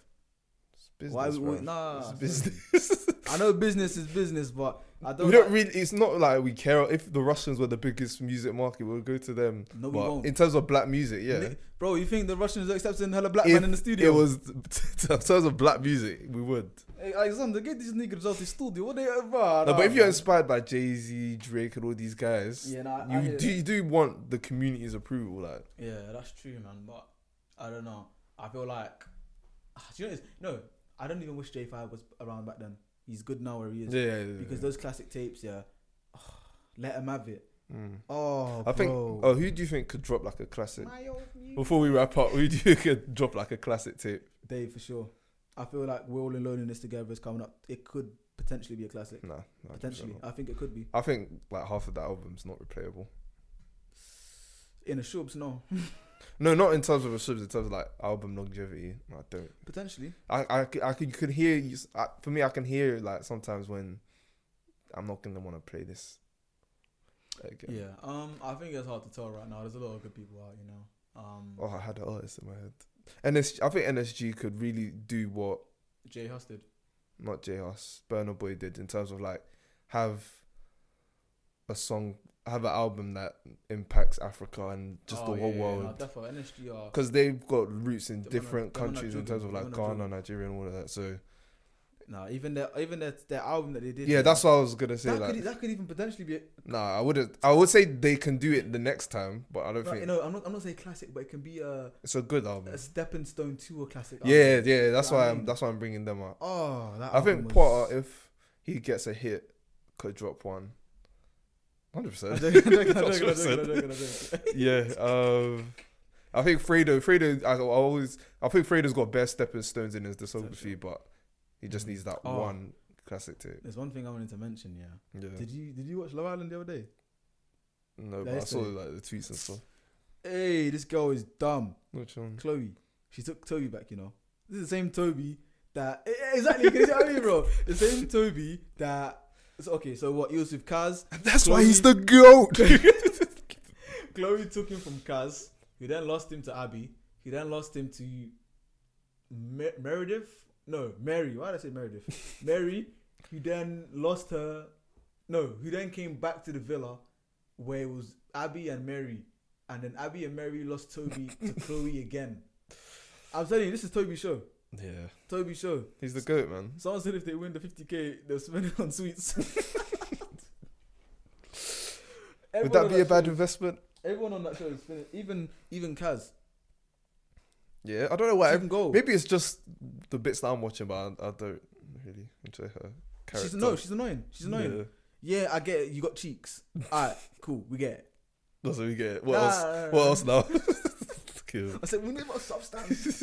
[SPEAKER 2] It's business,
[SPEAKER 3] Why are we
[SPEAKER 2] bruv.
[SPEAKER 3] always, nah?
[SPEAKER 2] It's
[SPEAKER 3] sorry.
[SPEAKER 2] business.
[SPEAKER 3] I know business is business, but I don't.
[SPEAKER 2] we don't
[SPEAKER 3] like-
[SPEAKER 2] really. It's not like we care if the Russians were the biggest music market. We'll go to them.
[SPEAKER 3] no, we
[SPEAKER 2] but
[SPEAKER 3] won't.
[SPEAKER 2] in terms of black music, yeah,
[SPEAKER 3] Ni- Bro, you think the Russians are accepting hella black
[SPEAKER 2] If
[SPEAKER 3] man in the
[SPEAKER 2] it
[SPEAKER 3] studio?
[SPEAKER 2] was. in terms of black music, we would.
[SPEAKER 3] Hey, Alexander, get these niggas out the studio. What they, bro?
[SPEAKER 2] No, but if you're inspired by Jay Z, Drake, and all these guys,
[SPEAKER 3] yeah, nah, I
[SPEAKER 2] you
[SPEAKER 3] hear
[SPEAKER 2] do
[SPEAKER 3] that.
[SPEAKER 2] you do want the community's approval. Like,
[SPEAKER 3] yeah, that's true, man. But I don't know. I feel like, Ah, do you know what it is? No, I don't even wish J Five was around back then. He's good now where he is
[SPEAKER 2] yeah, yeah, yeah.
[SPEAKER 3] because those classic tapes, yeah. let him have it.
[SPEAKER 2] Mm.
[SPEAKER 3] Oh,
[SPEAKER 2] I think.
[SPEAKER 3] bro.
[SPEAKER 2] Oh, who do you think could drop like a classic?
[SPEAKER 3] My old music.
[SPEAKER 2] Before we wrap up, who do you think could drop like a classic tape?
[SPEAKER 3] Dave for sure. I feel like we're all in loneliness together is coming up. It could potentially be a classic.
[SPEAKER 2] Nah, nah,
[SPEAKER 3] Potentially,
[SPEAKER 2] not.
[SPEAKER 3] I think it could be.
[SPEAKER 2] I think like half of that album's not replayable.
[SPEAKER 3] In the shops, no.
[SPEAKER 2] No, not in terms of a subs, in terms of like album longevity. I don't.
[SPEAKER 3] potentially.
[SPEAKER 2] I, I, c- I could, you could hear you. s- I, for me, I can hear like sometimes when I'm not gonna want to play this. Again.
[SPEAKER 3] Yeah, um, I think it's hard to tell right now. There's a lot of good people out, you know. Um,
[SPEAKER 2] Oh, I had an artist in my head. NS, I think NSG could really do what
[SPEAKER 3] Jay Huss did.
[SPEAKER 2] not J Hus, Burner Boy did in terms of like have a song, have an album that impacts Africa and just
[SPEAKER 3] Oh,
[SPEAKER 2] the whole
[SPEAKER 3] yeah,
[SPEAKER 2] world.
[SPEAKER 3] Yeah, no, definitely. NSG are.
[SPEAKER 2] because they've got roots in
[SPEAKER 3] They're on a-
[SPEAKER 2] different
[SPEAKER 3] they're on a
[SPEAKER 2] countries in
[SPEAKER 3] drill,
[SPEAKER 2] terms of
[SPEAKER 3] they're
[SPEAKER 2] like
[SPEAKER 3] on a
[SPEAKER 2] Ghana, Nigeria, and all of that. So
[SPEAKER 3] Nah, even their even their, their album that they did.
[SPEAKER 2] yeah, that's what I was gonna say.
[SPEAKER 3] that
[SPEAKER 2] like,
[SPEAKER 3] could e- that could even potentially be. A,
[SPEAKER 2] nah, I wouldn't. I would say they can do it the next time, but I don't
[SPEAKER 3] no,
[SPEAKER 2] think
[SPEAKER 3] you know, I'm not I'm not saying classic, but it can be a,
[SPEAKER 2] it's a good album.
[SPEAKER 3] a stepping stone to a classic.
[SPEAKER 2] yeah,
[SPEAKER 3] album.
[SPEAKER 2] yeah, that's
[SPEAKER 3] You know what
[SPEAKER 2] why
[SPEAKER 3] I
[SPEAKER 2] I'm.
[SPEAKER 3] mean?
[SPEAKER 2] That's why I'm bringing them up.
[SPEAKER 3] Oh, that
[SPEAKER 2] I
[SPEAKER 3] album
[SPEAKER 2] think
[SPEAKER 3] was-
[SPEAKER 2] Potter, if he gets a hit, could drop one. Hundred
[SPEAKER 3] I'm
[SPEAKER 2] percent.
[SPEAKER 3] joking, I'm joking, I'm joking, I'm joking, I'm joking, I'm joking.
[SPEAKER 2] Yeah. Um, I think Fredo. Fredo. I always. I think Fredo's got best stepping stones in his discography, but he just needs that
[SPEAKER 3] Oh.
[SPEAKER 2] one classic tape.
[SPEAKER 3] There's one thing I wanted to mention. Yeah,
[SPEAKER 2] Yeah.
[SPEAKER 3] did you did you watch Love Island the other day?
[SPEAKER 2] No,
[SPEAKER 3] That
[SPEAKER 2] but I
[SPEAKER 3] is
[SPEAKER 2] saw
[SPEAKER 3] it.
[SPEAKER 2] like the tweets and stuff.
[SPEAKER 3] Hey, this girl is dumb.
[SPEAKER 2] Which one?
[SPEAKER 3] Chloe. She took Toby back, you know. This is the same Toby that eh, eh, exactly. Can you see what I mean, bro? The same Toby that. So, okay, so what? He was with Kaz.
[SPEAKER 2] That's
[SPEAKER 3] why he's
[SPEAKER 2] the goat.
[SPEAKER 3] Chloe took him from Kaz. He then lost him to Abby. He then lost him to Me- Meredith. No, Mary. Why did I say Meredith? Mary. Who then lost her. No, who then came back to the villa where it was Abby and Mary, and then Abby and Mary lost Toby to Chloe again. I'm telling you, this is Toby's show.
[SPEAKER 2] yeah,
[SPEAKER 3] Toby show.
[SPEAKER 2] he's the goat, man.
[SPEAKER 3] Someone said if they win the 50k, they'll spend it on sweets.
[SPEAKER 2] Would
[SPEAKER 3] Everyone
[SPEAKER 2] that
[SPEAKER 3] on
[SPEAKER 2] be a bad
[SPEAKER 3] show-
[SPEAKER 2] investment?
[SPEAKER 3] Everyone on that show is finished. Even even Kaz.
[SPEAKER 2] Yeah, I don't know
[SPEAKER 3] She
[SPEAKER 2] why.
[SPEAKER 3] can go.
[SPEAKER 2] Uh, Maybe it's just the bits that I'm watching, but I, I don't really enjoy her character.
[SPEAKER 3] she's no, she's annoying. She's annoying.
[SPEAKER 2] Yeah.
[SPEAKER 3] Yeah, I get it. You got cheeks. All right, cool. We get it.
[SPEAKER 2] That's what we get. What
[SPEAKER 3] Nah,
[SPEAKER 2] else?
[SPEAKER 3] nah, nah,
[SPEAKER 2] What
[SPEAKER 3] nah.
[SPEAKER 2] else now? Cool.
[SPEAKER 3] I said we need more substance.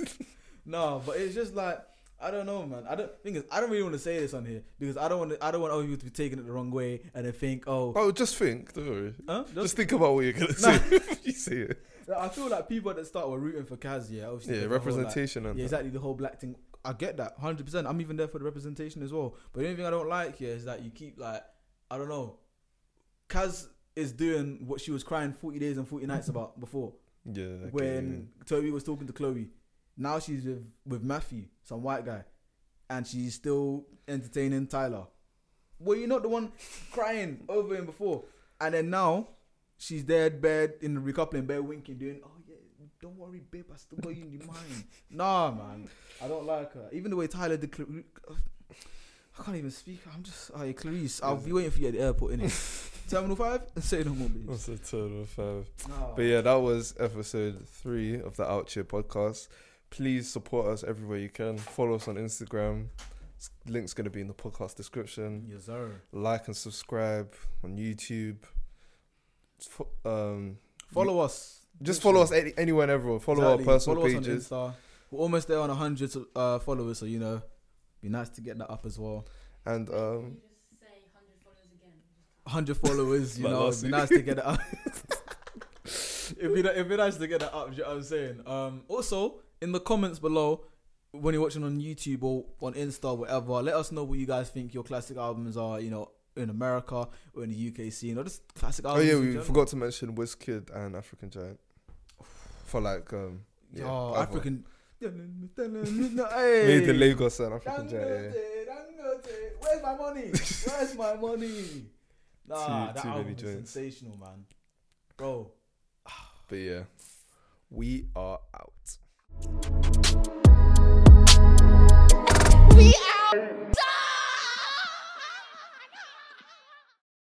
[SPEAKER 3] no, but it's just like I don't know, man. I don't thing is I don't really want to say this on here because I don't want I don't want other people to be taking it the wrong way and then think, oh,
[SPEAKER 2] Oh, just think. Don't worry.
[SPEAKER 3] huh?
[SPEAKER 2] Just,
[SPEAKER 3] Just,
[SPEAKER 2] think about what you're gonna
[SPEAKER 3] Nah.
[SPEAKER 2] say. if you say it.
[SPEAKER 3] I feel like people that start were rooting for Kaz, yeah, obviously.
[SPEAKER 2] Yeah,
[SPEAKER 3] the whole, like,
[SPEAKER 2] representation and
[SPEAKER 3] Yeah,
[SPEAKER 2] that.
[SPEAKER 3] exactly. The whole black thing. I get that, hundred percent. I'm even there for the representation as well. But the only thing I don't like here is that you keep like, I don't know, Kaz is doing what she was crying forty days and forty nights about before
[SPEAKER 2] Yeah. okay,
[SPEAKER 3] when Toby was talking to Chloe. Now she's with with Matthew, some white guy, and she's still entertaining Tyler. Were you not the one crying over him before? And then now she's dead, bed in the recoupling bed, winking, doing, "Oh yeah, don't worry, babe, I still got you in your mind." nah, man, I don't like her. Even the way Tyler did. Cla- I can't even speak. I'm just, oh, yeah, Clarice. I'll be waiting for you at the airport, innit? Terminal five. Say no
[SPEAKER 2] yeah.
[SPEAKER 3] more, babes.
[SPEAKER 2] What's the total of five?
[SPEAKER 3] Nah.
[SPEAKER 2] But yeah, that was episode three of the Out Here podcast. Please support us everywhere you can. Follow us on Instagram. S- Link's gonna be in the podcast description.
[SPEAKER 3] Yes, sir.
[SPEAKER 2] Like and subscribe on YouTube. Fo- um,
[SPEAKER 3] Follow us.
[SPEAKER 2] just follow us any, anywhere and everywhere. Follow
[SPEAKER 3] Exactly.
[SPEAKER 2] our personal
[SPEAKER 3] Follow us on
[SPEAKER 2] pages.
[SPEAKER 3] Insta. We're almost there on 100 so- uh, followers, so you know, be nice to get that up as well.
[SPEAKER 2] And um,
[SPEAKER 4] Can you just say 100 followers again?
[SPEAKER 3] 100 followers, you
[SPEAKER 2] Like
[SPEAKER 3] know,
[SPEAKER 2] last
[SPEAKER 3] it'd be
[SPEAKER 2] week.
[SPEAKER 3] nice to get that up. it'd, be, ni- it'd be nice to get that up, do you know what I'm saying? Um, also, in the comments below, when you're watching on YouTube or on Insta, or whatever, let us know what you guys think your classic albums are, you know, in America or in the UK scene, or just classic
[SPEAKER 2] oh
[SPEAKER 3] albums.
[SPEAKER 2] yeah,
[SPEAKER 3] in
[SPEAKER 2] we
[SPEAKER 3] general.
[SPEAKER 2] forgot to mention Wizkid and African Giant for like um, yeah,
[SPEAKER 3] oh,
[SPEAKER 2] other-
[SPEAKER 3] African.
[SPEAKER 2] made
[SPEAKER 3] Made
[SPEAKER 2] the Lagos and African Giant. Yeah.
[SPEAKER 3] Dangote, Dangote, where's my money? Where's my money? Nah,
[SPEAKER 2] Too-
[SPEAKER 3] that
[SPEAKER 2] too many
[SPEAKER 3] album is
[SPEAKER 2] joints.
[SPEAKER 3] sensational, man. Bro,
[SPEAKER 2] But yeah, we are out.
[SPEAKER 1] We